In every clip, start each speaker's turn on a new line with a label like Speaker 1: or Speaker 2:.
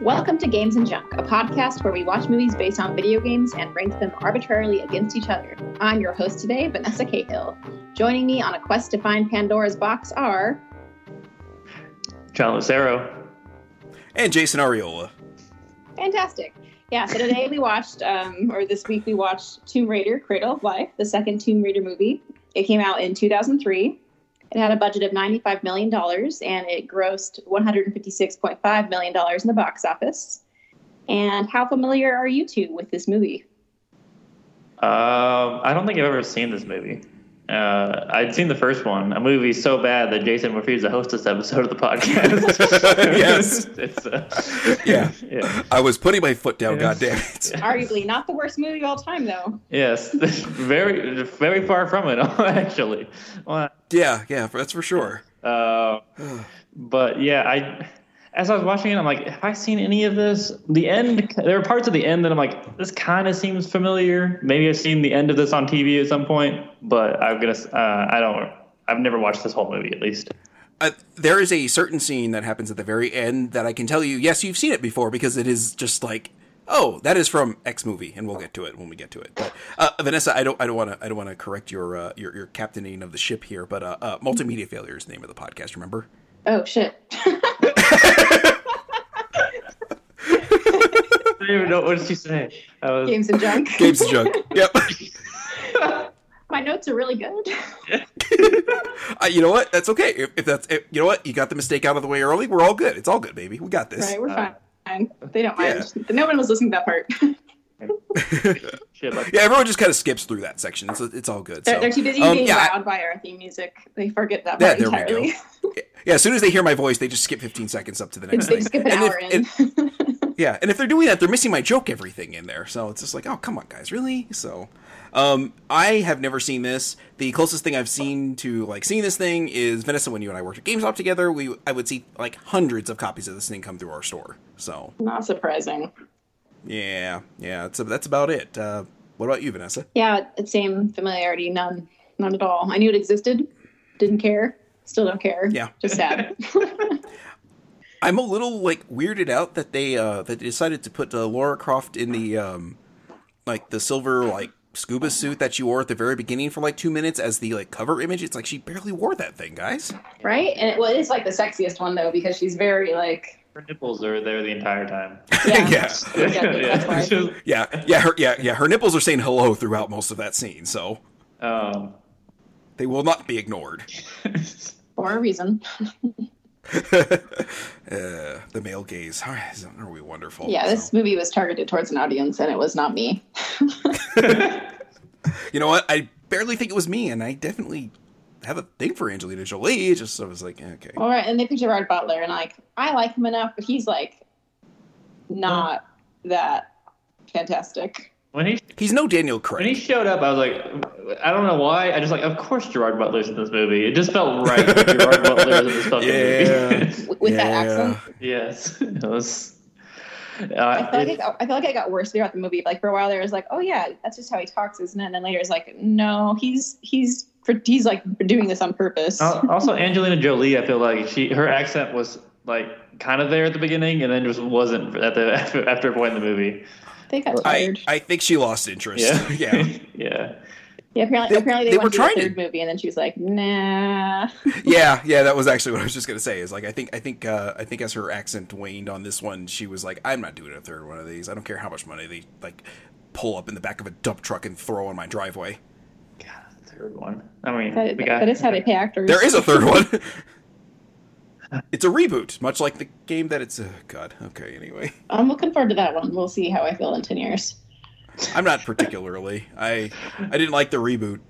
Speaker 1: Welcome to Games and Junk, a podcast where we watch movies based on video games and rank them arbitrarily against each other. I'm your host today, Vanessa Cahill. Joining me on a quest to find Pandora's box are
Speaker 2: John Lucero.
Speaker 3: And Jason Ariola.
Speaker 1: fantastic. Yeah, so today we watched, um, or this week we watched Tomb Raider Cradle of Life, the second Tomb Raider movie. It came out in 2003. It had a budget of $95 million and it grossed $156.5 million in the box office. And how familiar are you two with this movie?
Speaker 2: Um, I don't think I've ever seen this movie. Uh, I'd seen the first one, a movie so bad that Jason refused to host this episode of the podcast.
Speaker 3: Yes.
Speaker 2: It's, uh,
Speaker 3: Yeah.
Speaker 2: yeah.
Speaker 3: I was putting my foot down,
Speaker 2: Yes.
Speaker 3: goddamn it!
Speaker 1: arguably not the worst movie of all time though
Speaker 2: Yes. very, very far from it, actually. Well,
Speaker 3: Yeah, yeah, that's for sure.
Speaker 2: Uh, but yeah, I as I was watching it, I'm like, have I seen any of this? The end. There are parts of the end that I'm like, this kind of seems familiar. Maybe I've seen the end of this on TV at some point, but I'm gonna. s- Uh, I don't. I've never watched this whole movie at least.
Speaker 3: Uh, there is a certain scene that happens at the very end that I can tell you, yes, you've seen it before because it is just like, oh, that is from X movie, and we'll get to it when we get to it. But uh, Vanessa, I don't, I don't want to, I don't want to correct your, uh, your, your captaining of the ship here, but uh, uh, multimedia failure is the name of the podcast. Remember?
Speaker 1: oh shit
Speaker 2: I don't even know what did she say. I was,
Speaker 1: games and junk
Speaker 3: Games of junk. Yep.
Speaker 1: my notes are really good
Speaker 3: Uh, you know what? That's okay. If, if that's, if, you know what? You got the mistake out of the way early. We're all good. It's all good, baby. We got this.
Speaker 1: right we're
Speaker 2: Uh,
Speaker 1: fine they don't mind no one was listening to that part
Speaker 2: shit, like,
Speaker 3: Yeah, everyone just kind of skips through that section. It's, it's all good.
Speaker 1: they're,
Speaker 3: so.
Speaker 1: they're too busy
Speaker 3: um,
Speaker 1: being
Speaker 3: yeah, I-
Speaker 1: wowed by our theme music they forget that
Speaker 3: Yeah,
Speaker 1: part
Speaker 3: there we
Speaker 1: entirely
Speaker 3: Yeah, as soon as they hear my voice, they just skip 15 seconds up to the
Speaker 1: they
Speaker 3: next
Speaker 1: they
Speaker 3: thing.
Speaker 1: skip an
Speaker 3: And if-
Speaker 1: hour
Speaker 3: and-
Speaker 1: in
Speaker 3: yeah, and if they're doing that, they're missing my joke everything in there. So it's just like, oh, come on, guys, really? So, um, I have never seen this. The closest thing I've seen to like seeing this thing is Vanessa when you and I worked at GameStop together. We I would see like hundreds of copies of this thing come through our store. So
Speaker 1: not surprising
Speaker 3: yeah, yeah, that's that's about it. Uh, what about you, Vanessa?
Speaker 1: yeah same familiarity none none at all i knew it existed didn't care still don't care
Speaker 3: Yeah.
Speaker 1: just sad
Speaker 3: I'm a little like weirded out that they uh that they decided to put uh, Laura Croft in the um like the silver like scuba suit that she wore at the very beginning for like 2 minutes as the like cover image. It's like she barely wore that thing, guys.
Speaker 1: right and it, well it is like the sexiest one though because she's very like
Speaker 2: her nipples are there the entire time.
Speaker 1: yeah,
Speaker 3: yeah.
Speaker 1: that's why.
Speaker 2: it's just-
Speaker 3: Yeah. Yeah, her yeah, yeah, her nipples are saying hello throughout most of that scene, so
Speaker 2: um,
Speaker 3: they will not be ignored.
Speaker 1: for a reason
Speaker 3: Uh, the male gaze. All right, isn't- are we wonderful?
Speaker 1: Yeah,
Speaker 3: So-
Speaker 1: this movie was targeted towards an audience, and it was not me.
Speaker 3: You know what? I barely think it was me and I definitely have a thing for Angelina Jolie. It's Just I was like, okay.
Speaker 1: All right, and they picture Gerard Butler, and like I like him enough, but he's like not that fantastic.
Speaker 2: when he
Speaker 3: He's no Daniel
Speaker 2: when
Speaker 3: Craig.
Speaker 2: he showed up, I was like, I don't know why. I just like, of course Gerard Butler's in this movie. It just felt right. that Gerard Butler is in this fucking movie.
Speaker 1: W- With that accent,
Speaker 2: Yes. It was, uh,
Speaker 1: I feel like it
Speaker 2: it-
Speaker 1: got, I feel like it got worse throughout the movie. Like for a while, there was like, oh yeah, that's just how he talks, isn't it? And then later, it's like, no, he's he's he's like doing this on purpose.
Speaker 3: Uh,
Speaker 2: al- also, Angelina Jolie, I feel like she her accent was like kind of there at the beginning and then just wasn't at the after, after a point in the movie.
Speaker 1: they got
Speaker 3: I,
Speaker 1: tired.
Speaker 3: I think she lost interest.
Speaker 2: Yeah.
Speaker 3: yeah.
Speaker 2: yeah.
Speaker 1: yeah, apparently,
Speaker 3: they-
Speaker 1: apparently they,
Speaker 3: they
Speaker 1: went to
Speaker 3: were
Speaker 1: the
Speaker 3: trying to-
Speaker 1: third movie, and then she was like, nah.
Speaker 3: Yeah. Yeah, that was actually what I was just gonna say. Is like I think I think uh, I think as her accent waned on this one, she was like, I'm not doing a third one of these. I don't care how much money they like pull up in the back of a dump truck and throw on my driveway.
Speaker 2: Third one. I mean,
Speaker 1: That,
Speaker 2: we got,
Speaker 1: that is how they pay actors.
Speaker 3: There is a third one. it's a reboot, much like the game that it's uh, God, okay, anyway.
Speaker 1: I'm looking forward to that one. We'll see how I feel in ten years.
Speaker 3: I'm not particularly. I I didn't like the reboot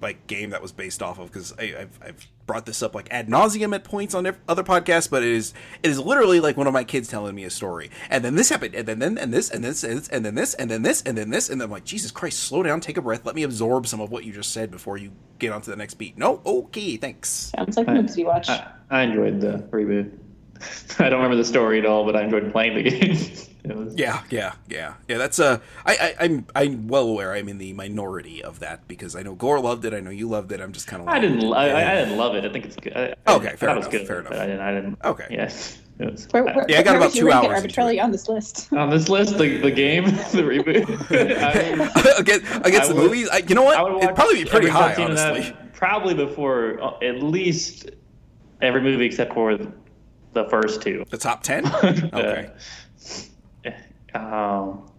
Speaker 3: like game that was based off of because I've I've brought this up like ad nauseum at points on ev- other podcasts, but it is it is literally like one of my kids telling me a story, and then this happened, and then then and this and this and this and then this and then this and then this, and then I'm like Jesus Christ, slow down, take a breath, let me absorb some of what you just said before you get onto the next beat. No, okay, thanks.
Speaker 1: Sounds like a movie watch.
Speaker 3: uh,
Speaker 2: I, I enjoyed the reboot. I don't remember the story at all, but I enjoyed playing the game. it was,
Speaker 3: Yeah, yeah, yeah, yeah. That's uh, I, I I'm I'm well aware I'm in the minority of that because I know Gore loved it, I know you loved it. I'm just kind of
Speaker 2: I didn't. I, I I didn't love it. I think it's good. I,
Speaker 3: Okay,
Speaker 2: I
Speaker 3: fair
Speaker 2: thought it was
Speaker 3: enough,
Speaker 2: good,
Speaker 3: fair
Speaker 2: but
Speaker 3: enough.
Speaker 2: I didn't. I didn't.
Speaker 3: Okay.
Speaker 2: Yes. It was-
Speaker 1: Where, where,
Speaker 3: uh, Yeah, I got
Speaker 1: where
Speaker 3: about
Speaker 1: would you
Speaker 3: two
Speaker 1: rank it
Speaker 3: hours into
Speaker 1: arbitrarily on this list.
Speaker 2: on this list, the, the game, the reboot. I,
Speaker 3: against against
Speaker 2: I
Speaker 3: the
Speaker 2: would-
Speaker 3: movies, I, you know
Speaker 2: I
Speaker 3: what?
Speaker 2: would watch
Speaker 3: It'd probably be pretty
Speaker 2: every
Speaker 3: high,
Speaker 2: cutscene of that,
Speaker 3: honestly.
Speaker 2: probably before uh, at least every movie except for the first two.
Speaker 3: The top ten. Okay.
Speaker 2: Um,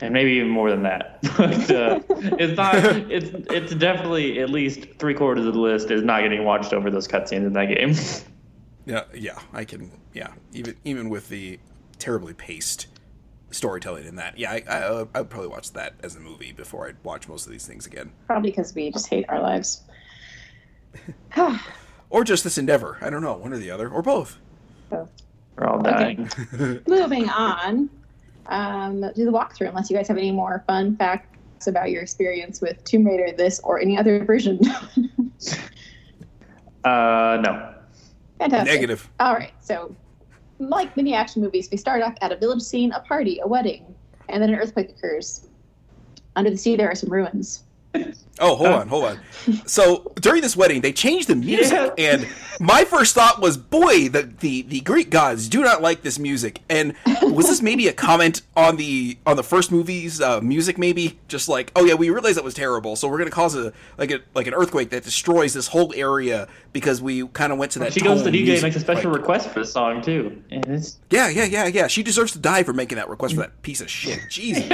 Speaker 2: and maybe even more than that. But uh, it's not. It's it's definitely at least three quarters of the list is not getting watched over those cutscenes in that game.
Speaker 3: Yeah, yeah, I can. Yeah, even even with the terribly paced storytelling in that, yeah, I, I, uh, I would probably watch that as a movie before I'd watch most of these things again,
Speaker 1: Probably because we just hate our lives.
Speaker 3: or just this endeavor. I don't know, one or the other, or both.
Speaker 2: We're all dying.
Speaker 1: Moving on, um, do the walkthrough. Unless you guys have any more fun facts about your experience with Tomb Raider, this or any other version.
Speaker 2: Uh, no.
Speaker 1: Fantastic.
Speaker 3: Negative.
Speaker 1: All right, so like many action movies, we start off at a village scene, a party, a wedding, and then an earthquake occurs. Under the sea, there are some ruins.
Speaker 3: Oh, hold on, hold on. So during this wedding, they changed the music,
Speaker 2: Yeah.
Speaker 3: and my first thought was, "Boy, the, the the Greek gods do not like this music." And was this maybe a comment on the on the first movie's uh, music? Maybe just like, "Oh yeah, we realized that was terrible, so we're going to cause a like a like an earthquake that destroys this whole area because we kind of went to that."
Speaker 2: She goes to
Speaker 3: tone
Speaker 2: DJ and
Speaker 3: music."
Speaker 2: makes a special
Speaker 3: Like,
Speaker 2: request for the song too, and it's.
Speaker 3: yeah, yeah, yeah, yeah. She deserves to die for making that request for that piece of shit. Jesus.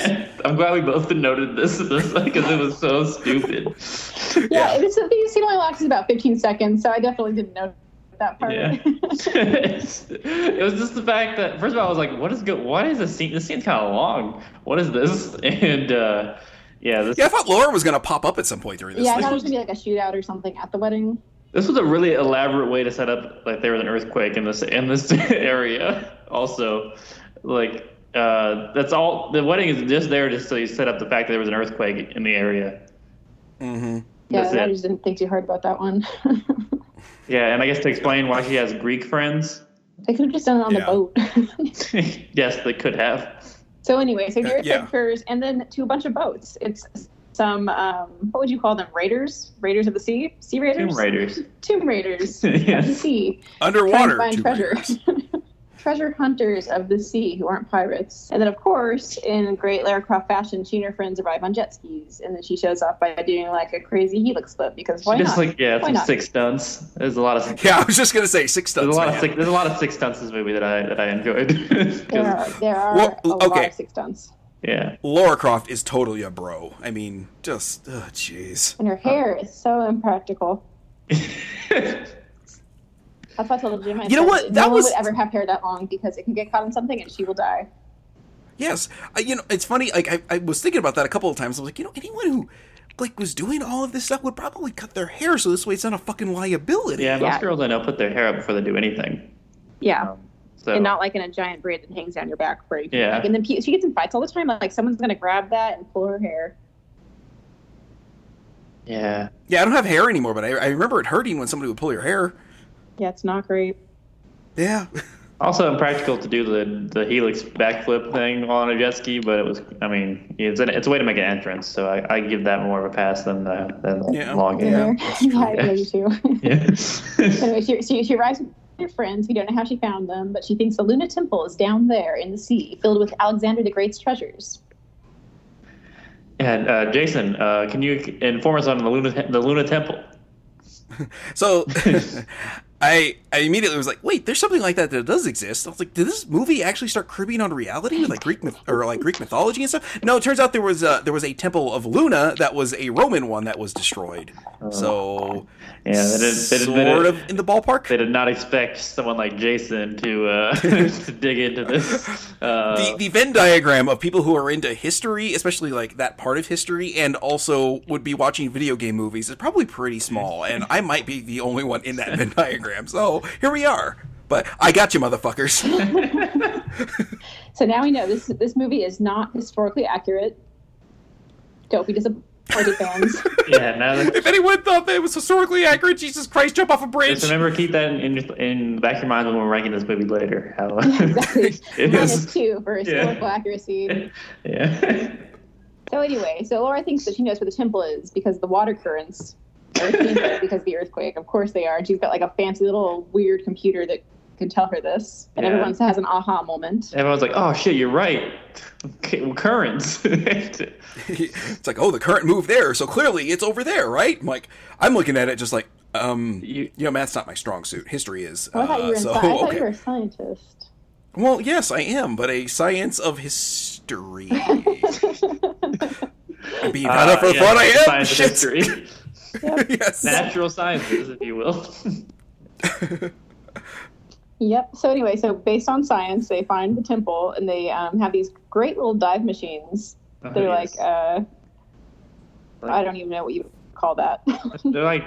Speaker 2: I'm glad we both noted this because it was so stupid.
Speaker 1: Yeah, it was, the scene only lasts about 15 seconds, so I definitely didn't know that part.
Speaker 2: Yeah. it was just the fact that first of all, I was like, "What is good? Why is this scene? This scene's kind of long. What is this?" And uh, yeah, this
Speaker 3: Yeah, I thought Laura was going to pop up at some point during this.
Speaker 1: yeah, I
Speaker 3: thing.
Speaker 1: thought it was gonna be like a shootout or something at the wedding.
Speaker 2: this was a really elaborate way to set up like there was an earthquake in this in this area. Also, like uh, that's all. The wedding is just there just so you set up the fact that there was an earthquake in the area.
Speaker 3: hmm
Speaker 1: Yeah,
Speaker 2: That's
Speaker 1: I
Speaker 2: it.
Speaker 1: just didn't think too hard about that one.
Speaker 2: Yeah, and I guess to explain why she has Greek friends.
Speaker 1: they could have just done it on
Speaker 3: Yeah.
Speaker 1: the boat.
Speaker 2: yes, they could have.
Speaker 1: So anyway, so
Speaker 3: Uh,
Speaker 1: the earthquake
Speaker 3: yeah.
Speaker 1: occurs, and then to a bunch of boats. It's some um, what would you call them? Raiders, raiders of the sea, sea raiders,
Speaker 2: Tomb Raiders.
Speaker 1: tomb raiders of the
Speaker 2: yes.
Speaker 1: sea, trying
Speaker 3: Underwater.
Speaker 1: to find
Speaker 3: Tomb
Speaker 1: treasure,
Speaker 3: Raiders.
Speaker 1: treasure hunters of the sea who aren't pirates. And then, of course, in great Lara Croft fashion, she and her friends arrive on jet skis, and then she shows off by doing like a crazy helix flip because why
Speaker 2: She just
Speaker 1: not?
Speaker 2: like yeah,
Speaker 1: Why
Speaker 2: some
Speaker 1: not?
Speaker 2: six stunts. There's a lot of
Speaker 3: Yeah, I was just gonna say six
Speaker 2: There's a
Speaker 3: stunts.
Speaker 2: lot
Speaker 3: man.
Speaker 2: of six, there's a lot of six stunts in this movie that I that I enjoyed. 'Cause-
Speaker 1: there are, there are
Speaker 3: Well,
Speaker 1: a lot
Speaker 3: okay.
Speaker 1: of six stunts,
Speaker 2: yeah,
Speaker 3: Laura Croft is totally a bro. I mean, just oh, jeez.
Speaker 1: and her hair is so impractical. That's why I told Jim. I
Speaker 3: You know
Speaker 1: said
Speaker 3: what?
Speaker 1: no
Speaker 3: That
Speaker 1: one
Speaker 3: was-
Speaker 1: would ever have hair that long because it can get caught in something and she will die.
Speaker 3: Yes, I, you know it's funny. Like I, I was thinking about that a couple of times. I was like, you know, anyone who like was doing all of this stuff would probably cut their hair so this way it's not a fucking liability.
Speaker 2: yeah. Most
Speaker 1: Yeah.
Speaker 2: girls I know put their hair up before they do anything.
Speaker 1: Yeah,
Speaker 3: Oh,
Speaker 2: Um, so
Speaker 1: and not like in a giant braid that hangs down your back where you can,
Speaker 2: Yeah.
Speaker 1: like, and then pe- she gets in fights all the time. Like someone's gonna grab that and pull her hair.
Speaker 2: yeah,
Speaker 3: Yeah, I don't have hair anymore, but I, I remember it hurting when somebody would pull your hair.
Speaker 1: Yeah, it's not great.
Speaker 3: Yeah,
Speaker 2: also impractical to do the the helix backflip thing while on a jet ski, but it was I mean it's an, it's a way to make an entrance, so I, I give that more of a pass than the than the
Speaker 3: Yeah.
Speaker 2: long
Speaker 1: Yeah,
Speaker 2: hair.
Speaker 1: yeah, I agree too.
Speaker 2: Yeah.
Speaker 1: anyway, she, she she arrives with her friends. We don't know how she found them, but she thinks the Luna Temple is down there in the sea, filled with Alexander the Great's treasures.
Speaker 2: and uh, Jason, uh, can you inform us on the Luna the Luna Temple?
Speaker 3: so. I, I immediately was like, wait, there's something like that that does exist. I was like, did this movie actually start cribbing on reality with like Greek myth- or like Greek mythology and stuff? No, it turns out there was a, there was a temple of Luna that was a Roman one that was destroyed. So
Speaker 2: Yeah, they did, they did,
Speaker 3: sort
Speaker 2: they did,
Speaker 3: of in the ballpark.
Speaker 2: They did not expect someone like Jason to uh, to dig into this. Uh,
Speaker 3: the, the Venn diagram of people who are into history, especially like that part of history, and also would be watching video game movies is probably pretty small. And I might be the only one in that Venn diagram. So here we are. But I got you, motherfuckers.
Speaker 1: So now we know this this movie is not historically accurate. Don't be disappointed, fans.
Speaker 2: yeah, now that,
Speaker 3: if anyone thought that it was historically accurate, Jesus Christ, jump off a bridge.
Speaker 2: just remember keep that in, in, your- in the back of your mind when we're ranking this movie later. How
Speaker 1: exactly.
Speaker 2: it
Speaker 1: Minus
Speaker 2: is.
Speaker 1: two for historical
Speaker 2: Yeah.
Speaker 1: accuracy.
Speaker 2: Yeah.
Speaker 1: So anyway, so Laura thinks that she knows where the temple is because the water currents, or it seems like because of the earthquake. Of course they are. And she's got like a fancy little weird computer that can tell her this, and
Speaker 2: Yeah.
Speaker 1: everyone has an aha moment.
Speaker 2: Everyone's like, "Oh shit, you're right." Okay, well, currents.
Speaker 3: it's like, oh, the current moved there, so clearly it's over there, right? I'm like, I'm looking at it just like, um, you,
Speaker 2: You-
Speaker 3: know, math's not my strong suit. History is.
Speaker 1: Oh, I thought you were
Speaker 3: Uh, so
Speaker 1: inside. I thought
Speaker 3: okay.
Speaker 1: you were a scientist.
Speaker 3: Well, yes, I am, but a science of history. I mean,
Speaker 2: Uh,
Speaker 3: for
Speaker 2: yeah,
Speaker 3: thought I am.
Speaker 2: science of
Speaker 3: Shit.
Speaker 2: history.
Speaker 3: yes.
Speaker 2: natural sciences, if you will.
Speaker 1: Yep. So anyway, so based on science, they find the temple and they um, have these great little dive machines. They're like, uh, I don't even know what you would call that.
Speaker 2: They're like,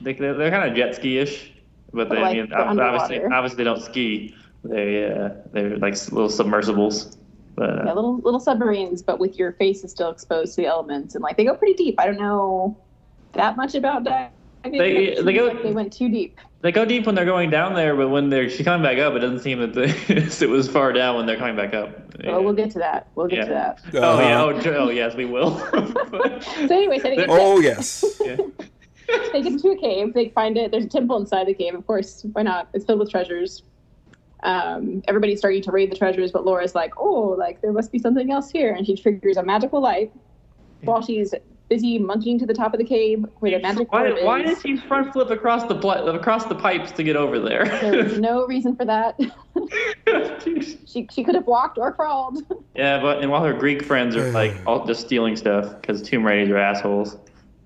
Speaker 2: they, they're, kind of jet ski-ish, but they
Speaker 1: But, like,
Speaker 2: you know,
Speaker 1: they're
Speaker 2: ob- obviously
Speaker 1: underwater.
Speaker 2: obviously they don't ski. They uh, they're like s- little submersibles. But
Speaker 1: yeah,
Speaker 2: uh,
Speaker 1: little little submarines, but with your face is still exposed to the elements, and like they go pretty deep. I don't know that much about diving.
Speaker 2: They-
Speaker 1: It seems
Speaker 2: they go-
Speaker 1: like they went too deep.
Speaker 2: they go deep when they're going down there, but when they're she coming back up, it doesn't seem that they, it was far down when they're coming back up.
Speaker 1: But Oh, we'll get to that. We'll get to
Speaker 2: Yeah.
Speaker 1: that.
Speaker 2: Oh yeah,
Speaker 3: Uh,
Speaker 2: oh, j- oh yes, we will.
Speaker 1: So anyway, so they get,
Speaker 3: Oh yes.
Speaker 2: Yeah.
Speaker 1: they get into a cave. They find it. There's a temple inside the cave. Of course, why not? It's filled with treasures. Um, everybody's starting to raid the treasures, but Laura's like, "Oh, like there must be something else here," and she triggers a magical light while she's busy monkeying to the top of the cave where the magic
Speaker 2: Why,
Speaker 1: orb is.
Speaker 2: why did he front flip across the pl- across the pipes to get over
Speaker 1: there was
Speaker 2: there?
Speaker 1: no reason for that. she she could have walked or crawled.
Speaker 2: yeah, but and while her Greek friends are like all just stealing stuff because Tomb Raiders are assholes.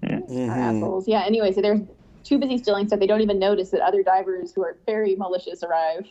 Speaker 1: Our
Speaker 3: Mhm.
Speaker 1: assholes. Yeah. Anyway, so they're too busy stealing stuff. They don't even notice that other divers who are very malicious arrive.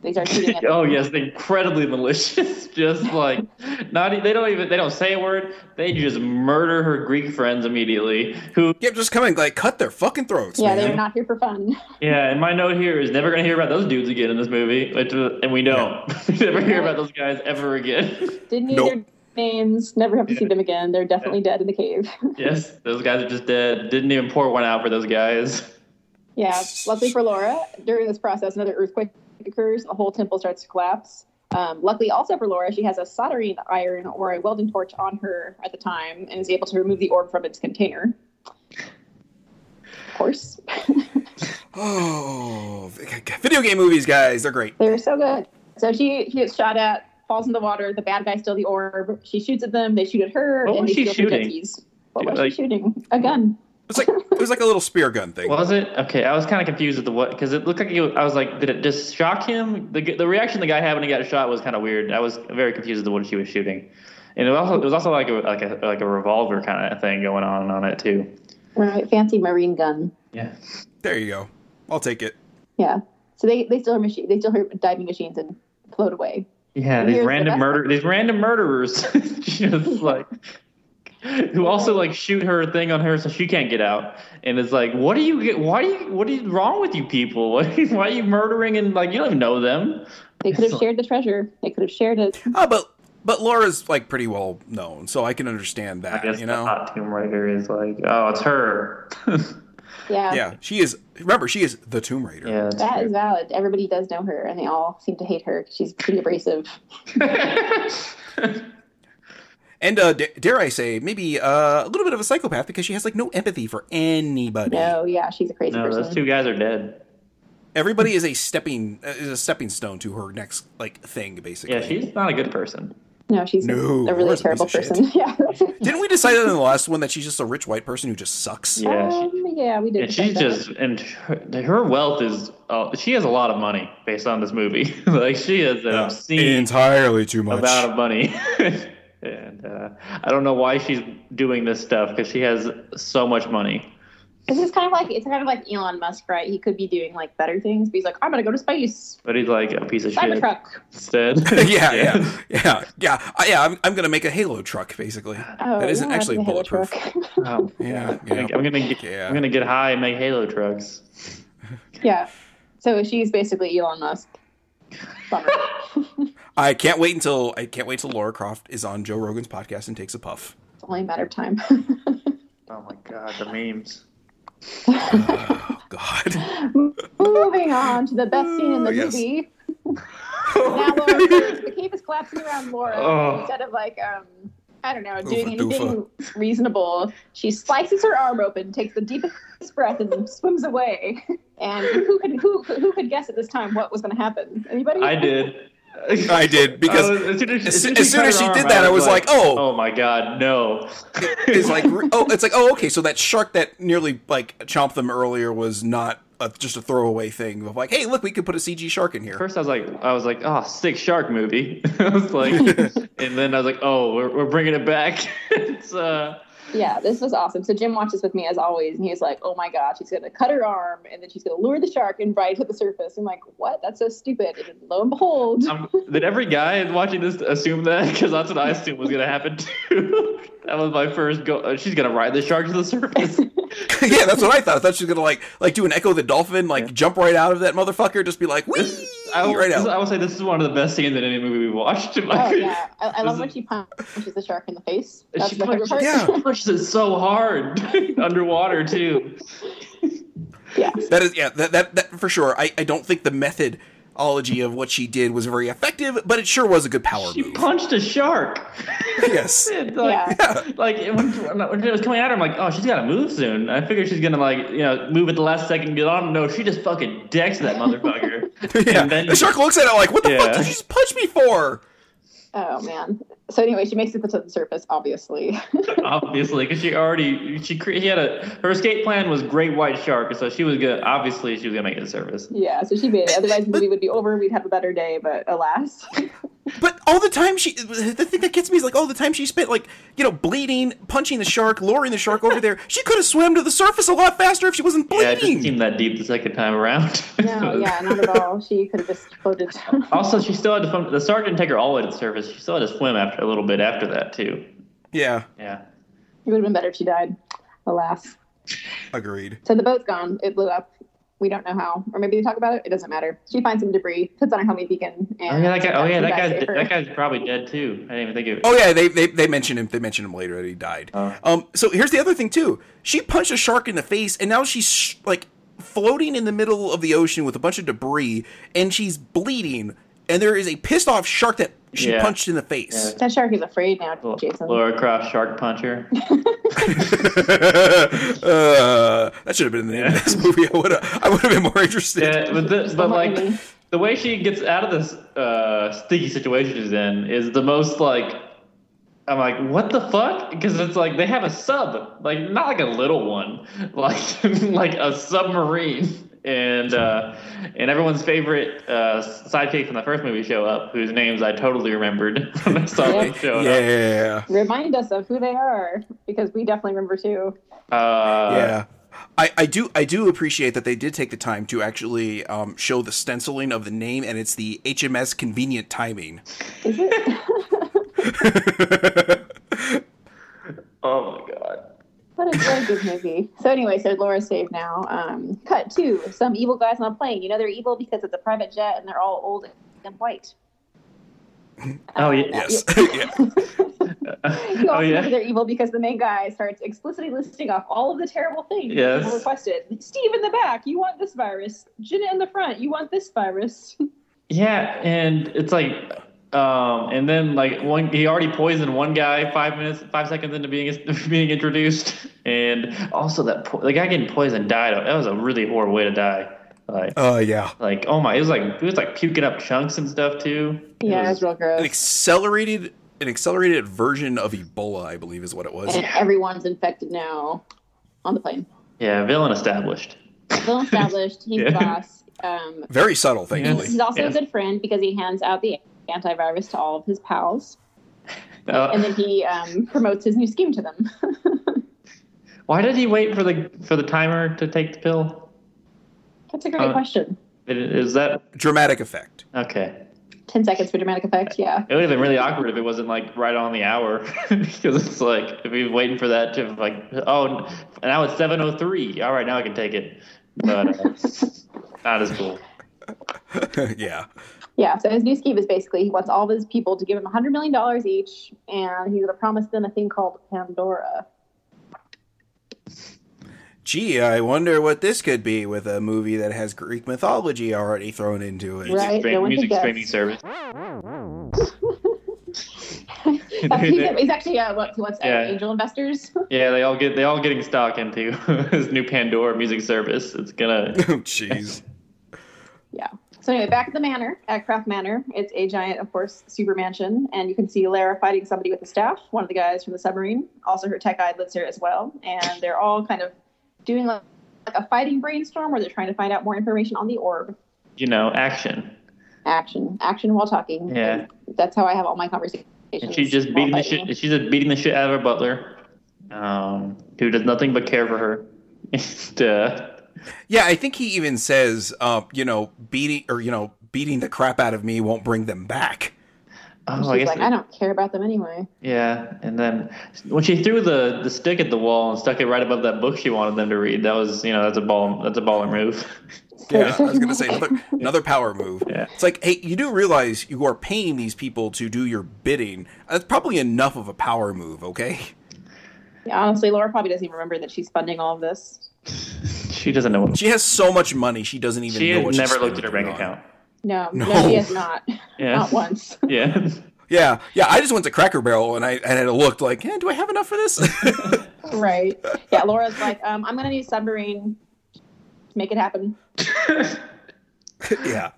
Speaker 1: They start shooting at them.
Speaker 2: oh yes, they're incredibly malicious. just like not e- they don't even they don't say a word. They just murder her Greek friends immediately. Who
Speaker 3: Yep, just come and like cut their fucking throats.
Speaker 1: Yeah,
Speaker 3: man.
Speaker 1: they're not here for fun.
Speaker 2: yeah, and my note here is never gonna hear about those dudes again in this movie. which- And we don't We never hear about those guys ever again.
Speaker 1: Didn't need
Speaker 3: Nope.
Speaker 1: their names. Never have to see them again. They're definitely dead in the cave.
Speaker 2: Yes, those guys are just dead. Didn't even pour one out for those guys.
Speaker 1: yeah. Luckily for Laura, during this process, another earthquake occurs. and The whole temple starts to collapse. Um, luckily, also for Laura, she has a soldering iron or a welding torch on her at the time and is able to remove the orb from its container. Of course.
Speaker 3: Oh, video game movies, guys, they're great.
Speaker 1: They were so good. So she, she gets shot at, falls in the water. The bad guy steals the orb. She shoots at them. They shoot at her.
Speaker 2: What
Speaker 1: and
Speaker 2: was
Speaker 1: they
Speaker 2: she
Speaker 1: steal
Speaker 2: shooting?
Speaker 1: projectiles. What
Speaker 2: Dude,
Speaker 1: was
Speaker 2: like-
Speaker 1: she shooting? A gun.
Speaker 3: It's like it was like a little spear gun thing.
Speaker 2: Was it okay? I was kind of confused at the what because it looked like he, was- I was like, did it just shock him? The the reaction the guy had when he got shot was kind of weird. I was very confused at the one she was shooting, and it was also, it was also like a like a like a revolver kind of thing going on on it too.
Speaker 1: Right. Fancy marine gun.
Speaker 2: Yeah,
Speaker 3: There you go. I'll take it.
Speaker 1: Yeah. So they, they steal her machine. They steal her diving machines and float away.
Speaker 2: yeah.
Speaker 1: Here's
Speaker 2: These
Speaker 1: the
Speaker 2: random
Speaker 1: best
Speaker 2: murder these random murderers just like who also like shoot her thing on her so she can't get out. And it's like, what do you get? Why do you what is wrong with you people? Why are you murdering and like you don't even know them?
Speaker 1: They could have
Speaker 2: Excellent.
Speaker 1: shared the treasure. They could have shared it.
Speaker 3: Oh, but but Laura's like pretty well known, so I can understand
Speaker 2: I
Speaker 3: that.
Speaker 2: guess
Speaker 3: You
Speaker 2: the
Speaker 3: know,
Speaker 2: hot Tomb Raider is like, oh, it's her.
Speaker 1: Yeah.
Speaker 3: yeah, she is. Remember, she is the Tomb Raider.
Speaker 2: yeah. it's
Speaker 1: That
Speaker 2: her.
Speaker 1: is valid. Everybody does know her, and they all seem to hate her. She's pretty abrasive.
Speaker 3: And uh, d- dare I say, maybe uh, a little bit of a psychopath because she has like no empathy for anybody.
Speaker 1: No, yeah, she's a crazy
Speaker 2: no,
Speaker 1: person.
Speaker 2: those two guys are dead.
Speaker 3: Everybody is a stepping uh, is a stepping stone to her next like thing, basically.
Speaker 2: Yeah, she's not a good person.
Speaker 1: No, she's
Speaker 3: No,
Speaker 1: a really
Speaker 3: Laura's a
Speaker 1: terrible
Speaker 3: piece of shit.
Speaker 1: person. Yeah.
Speaker 3: Didn't we decide that in the last one that she's just a rich white person who just sucks?
Speaker 2: Yeah, she-
Speaker 1: um, yeah, we did.
Speaker 2: And she's
Speaker 1: decide that.
Speaker 2: just, and her, her wealth is, uh, she has a lot of money based on this movie. like, she has an
Speaker 3: Yeah.
Speaker 2: obscene
Speaker 3: entirely too much.
Speaker 2: amount of money. and uh, I don't know why she's doing this stuff because she has so much money.
Speaker 1: This is kind of like it's kind of like Elon Musk, right? He could be doing like better things, but he's like, I'm gonna go to space,
Speaker 2: But he's like a piece of shit
Speaker 1: Cybertruck.
Speaker 2: instead.
Speaker 3: yeah, yeah, yeah, yeah, I- yeah. I'm, I'm gonna make a Halo truck, basically.
Speaker 1: Oh,
Speaker 3: That isn't
Speaker 1: yeah,
Speaker 3: actually
Speaker 1: the Halo
Speaker 3: bulletproof.
Speaker 1: truck.
Speaker 2: Oh, I'm
Speaker 3: Yeah, yeah.
Speaker 2: gonna- I'm gonna get,
Speaker 3: Yeah.
Speaker 2: I'm gonna get high and make Halo trucks.
Speaker 1: yeah. So she's basically Elon Musk. Bummer.
Speaker 3: I can't wait until I can't wait till Laura Croft is on Joe Rogan's podcast and takes a puff.
Speaker 1: it's only a matter of time.
Speaker 2: Oh my god, the memes.
Speaker 3: Oh God,
Speaker 1: Moving on to the best scene in the
Speaker 3: Oh, yes.
Speaker 1: movie. now Laura, the cave is collapsing around Laura
Speaker 2: Oh.
Speaker 1: instead of like um, I don't know, doing
Speaker 3: Oofa doofa.
Speaker 1: anything reasonable. She slices her arm open, takes the deepest breath, and swims away. And who could who who could guess at this time what was going to happen? Anybody?
Speaker 2: I did.
Speaker 3: I did because
Speaker 2: I was- as soon as,
Speaker 3: as-
Speaker 2: she
Speaker 3: as soon
Speaker 2: cut
Speaker 3: as
Speaker 2: her
Speaker 3: she
Speaker 2: arm,
Speaker 3: did that, I was like, oh.
Speaker 2: oh my god, no.
Speaker 3: it's like oh, it's like oh, okay. So that shark that nearly like chomped them earlier was not a, just a throwaway thing of like, hey, look, we could put a CG shark in here.
Speaker 2: First, I was like, I was like, oh, sick shark movie. I was like, and then I was like, oh, we're, we're bringing it back. it's uh,
Speaker 1: Yeah, this was awesome. So Jim watches with me as always, and he's like, "Oh my god, she's gonna cut her arm, and then she's gonna lure the shark and ride to the surface." I'm like, "What? That's so stupid!" And then lo and behold,
Speaker 2: I'm, did every guy watching this assume that? Because that's what I assumed was gonna happen too. that was my first go. uh, She's gonna ride the shark to the surface.
Speaker 3: yeah, that's what I thought. I thought she was gonna like like do an Echo the Dolphin, like jump right out of that motherfucker, just be like, wee,
Speaker 2: I will,
Speaker 3: right
Speaker 2: this-
Speaker 3: out.
Speaker 2: I will say this is one of the best scenes in any movie we watched. in my-
Speaker 1: oh yeah, I, I love
Speaker 2: This
Speaker 1: when
Speaker 2: is-
Speaker 1: she punches the shark in the face. That's
Speaker 2: She
Speaker 1: my favorite
Speaker 2: pushes,
Speaker 1: part.
Speaker 3: Yeah.
Speaker 2: she pushes it so hard underwater too.
Speaker 1: yeah.
Speaker 3: That is yeah, that that, that for sure. I, I don't think the methodology of what she did was very effective, but it sure was a good power
Speaker 2: She
Speaker 3: move.
Speaker 2: punched a shark.
Speaker 3: yes.
Speaker 2: It's
Speaker 1: Yeah.
Speaker 2: like, like when, when it was coming at her, I'm like, oh, she's gotta move soon. I figure she's gonna like, you know, move at the last second, get on. No, she just fucking decks that motherfucker.
Speaker 3: Yeah.
Speaker 2: And then-
Speaker 3: the shark looks at it like, what the fuck
Speaker 2: Yeah.
Speaker 3: did you just punch me for?
Speaker 1: Oh man. So anyway, she makes it to the surface, obviously.
Speaker 2: obviously, because she already she cre- she had a her escape plan was great white shark, so she was gonna obviously she was gonna make it to surface.
Speaker 1: yeah. So she made it. Otherwise, the movie would be over. We'd have a better day, but alas.
Speaker 3: But all the time she, the thing that gets me is like all the time she spent like you know bleeding, punching the shark, luring the shark over there. She could have swam to the surface a lot faster if she wasn't
Speaker 2: Yeah, it didn't
Speaker 3: bleeding.
Speaker 2: seem that deep the second time around.
Speaker 1: No. Yeah. Not at all. She could have just floated.
Speaker 2: Also, she still had to. Swim, the shark didn't take her all the way to the surface. She still had to swim after a little bit after that too.
Speaker 3: yeah,
Speaker 2: Yeah.
Speaker 1: It would have been better if she died. Alas.
Speaker 3: agreed.
Speaker 1: So the boat's gone. It blew up. We don't know how, or maybe they talk about it. It doesn't matter. She finds some debris, puts on her helmet beacon, and
Speaker 2: Oh yeah, that guy. Oh yeah, that
Speaker 1: guy
Speaker 2: guy's
Speaker 1: saved her.
Speaker 2: that guy's probably dead too. I didn't even think of it.
Speaker 3: Oh yeah, they they they mentioned him. They mentioned him later that he died.
Speaker 2: Oh.
Speaker 3: Um, so here's the other thing too. She punched a shark in the face, and now she's sh- like floating in the middle of the ocean with a bunch of debris, and she's bleeding. And there is a pissed off shark that she
Speaker 2: Yeah.
Speaker 3: punched in the face.
Speaker 1: That shark is afraid now,
Speaker 2: L-
Speaker 1: Jason.
Speaker 2: Laura Croft shark puncher.
Speaker 3: uh, that should have been the name of this movie. I would have I would have been more interested.
Speaker 2: yeah, but the, but
Speaker 1: funny.
Speaker 2: like the way she gets out of this uh, sticky situation she's in is the most like I'm like what the fuck because it's like they have a sub like not like a little one like like a submarine and uh, and everyone's favorite uh, sidekick from the first movie show up whose names I totally remembered when I saw them showing up.
Speaker 3: Yeah.
Speaker 1: Remind us of who they are because we definitely remember too.
Speaker 2: Uh,
Speaker 3: yeah. I, I do I do appreciate that they did take the time to actually um, show the stenciling of the name and it's the HMS convenient timing.
Speaker 1: Is it?
Speaker 2: Oh my god.
Speaker 1: What a very good movie. So anyway, so Laura's saved now. Um, cut two. Some evil guys on a plane. You know they're evil because it's a private jet and they're all old and white.
Speaker 2: Oh yeah.
Speaker 3: yes. yeah.
Speaker 1: You
Speaker 2: oh
Speaker 1: also know
Speaker 2: yeah.
Speaker 1: they're evil because the main guy starts explicitly listing off all of the terrible things
Speaker 2: Yes.
Speaker 1: people requested. Steve in the back, you want this virus. Jenna in the front, you want this virus.
Speaker 2: Yeah, and it's like, um, and then like one, he already poisoned one guy five minutes, five seconds into being being introduced, and also that po- the guy getting poisoned died. That was a really horrible way to die. Like,
Speaker 3: Uh, yeah.
Speaker 2: like oh my, it was like it was like puking up chunks and stuff too. It
Speaker 1: yeah,
Speaker 2: was-
Speaker 1: it's real
Speaker 3: An
Speaker 1: gross.
Speaker 3: accelerated an accelerated version of Ebola, I believe is what it was.
Speaker 1: And everyone's infected now on the plane.
Speaker 2: yeah, villain established.
Speaker 1: Well established. He's
Speaker 2: Yeah.
Speaker 1: the boss. Um,
Speaker 3: Very subtle, thankfully.
Speaker 1: he's also
Speaker 2: Yeah.
Speaker 1: a good friend because he hands out the antivirus to all of his pals, and
Speaker 2: Uh,
Speaker 1: then he um, promotes his new scheme to them.
Speaker 2: why did he wait for the for the timer to take the pill?
Speaker 1: That's a great
Speaker 2: Uh,
Speaker 1: question.
Speaker 2: Is that
Speaker 3: Dramatic effect.
Speaker 2: okay?
Speaker 1: Ten seconds for dramatic effect. Yeah.
Speaker 2: It would have been really awkward if it wasn't like right on the hour, because it's like if you're waiting for that to like oh now it's seven oh three. All right, now I can take it, but uh, not as cool.
Speaker 3: yeah.
Speaker 1: Yeah, so his new scheme is basically he wants all of his people to give him $100 million each, and he's going to promise them a thing called Pandora.
Speaker 3: Gee, I wonder what this could be with a movie that has Greek mythology already thrown into it.
Speaker 1: Right,
Speaker 2: Stream-
Speaker 1: no one could
Speaker 2: music
Speaker 1: guess.
Speaker 2: streaming service.
Speaker 1: he's actually uh, what he wants
Speaker 2: Yeah.
Speaker 1: angel investors.
Speaker 2: Yeah, they all get they all getting stock into his new Pandora music service. It's gonna
Speaker 3: Oh, jeez.
Speaker 1: So anyway, back at the manor, at Craft Manor, it's a giant, of course, super mansion, and you can see Lara fighting somebody with a staff, one of the guys from the submarine. Also, her tech guy lives here as well, and they're all kind of doing like, like a fighting brainstorm where they're trying to find out more information on the orb.
Speaker 2: you know action.
Speaker 1: Action, action while talking.
Speaker 2: Yeah.
Speaker 1: that's how I have all my conversations.
Speaker 2: And she's just
Speaker 1: while
Speaker 2: beating the
Speaker 1: fighting.
Speaker 2: shit. She's just beating the shit out of her butler, um, who does nothing but care for her. and, uh,
Speaker 3: Yeah, I think he even says, uh, you know, beating or you know, beating the crap out of me won't bring them back.
Speaker 1: And
Speaker 2: oh, I
Speaker 1: she's
Speaker 2: guess
Speaker 1: like, I don't care about them anyway.
Speaker 2: yeah. And then when she threw the, the stick at the wall and stuck it right above that book she wanted them to read, that was you know that's a ball that's a baller move.
Speaker 3: Yeah, I was gonna say another, another power move.
Speaker 2: Yeah.
Speaker 3: It's like, hey, you do realize you are paying these people to do your bidding. That's probably enough of a power move, okay?
Speaker 1: Yeah, honestly, Laura probably doesn't even remember that she's funding all of this.
Speaker 2: she doesn't know what
Speaker 3: She has so much money she doesn't even.
Speaker 2: she
Speaker 3: know
Speaker 2: has
Speaker 3: what she's
Speaker 2: never looked at
Speaker 3: spending
Speaker 2: her bank
Speaker 3: it on.
Speaker 2: account.
Speaker 1: No, no,
Speaker 3: No.
Speaker 1: she has not.
Speaker 2: Yeah.
Speaker 1: Not once.
Speaker 2: Yeah.
Speaker 3: Yeah, yeah. I just went to Cracker Barrel and I and I looked like, eh, do I have enough for this?
Speaker 1: right. Yeah, Laura's like, um, I'm gonna need a submarine. Make it happen.
Speaker 3: yeah.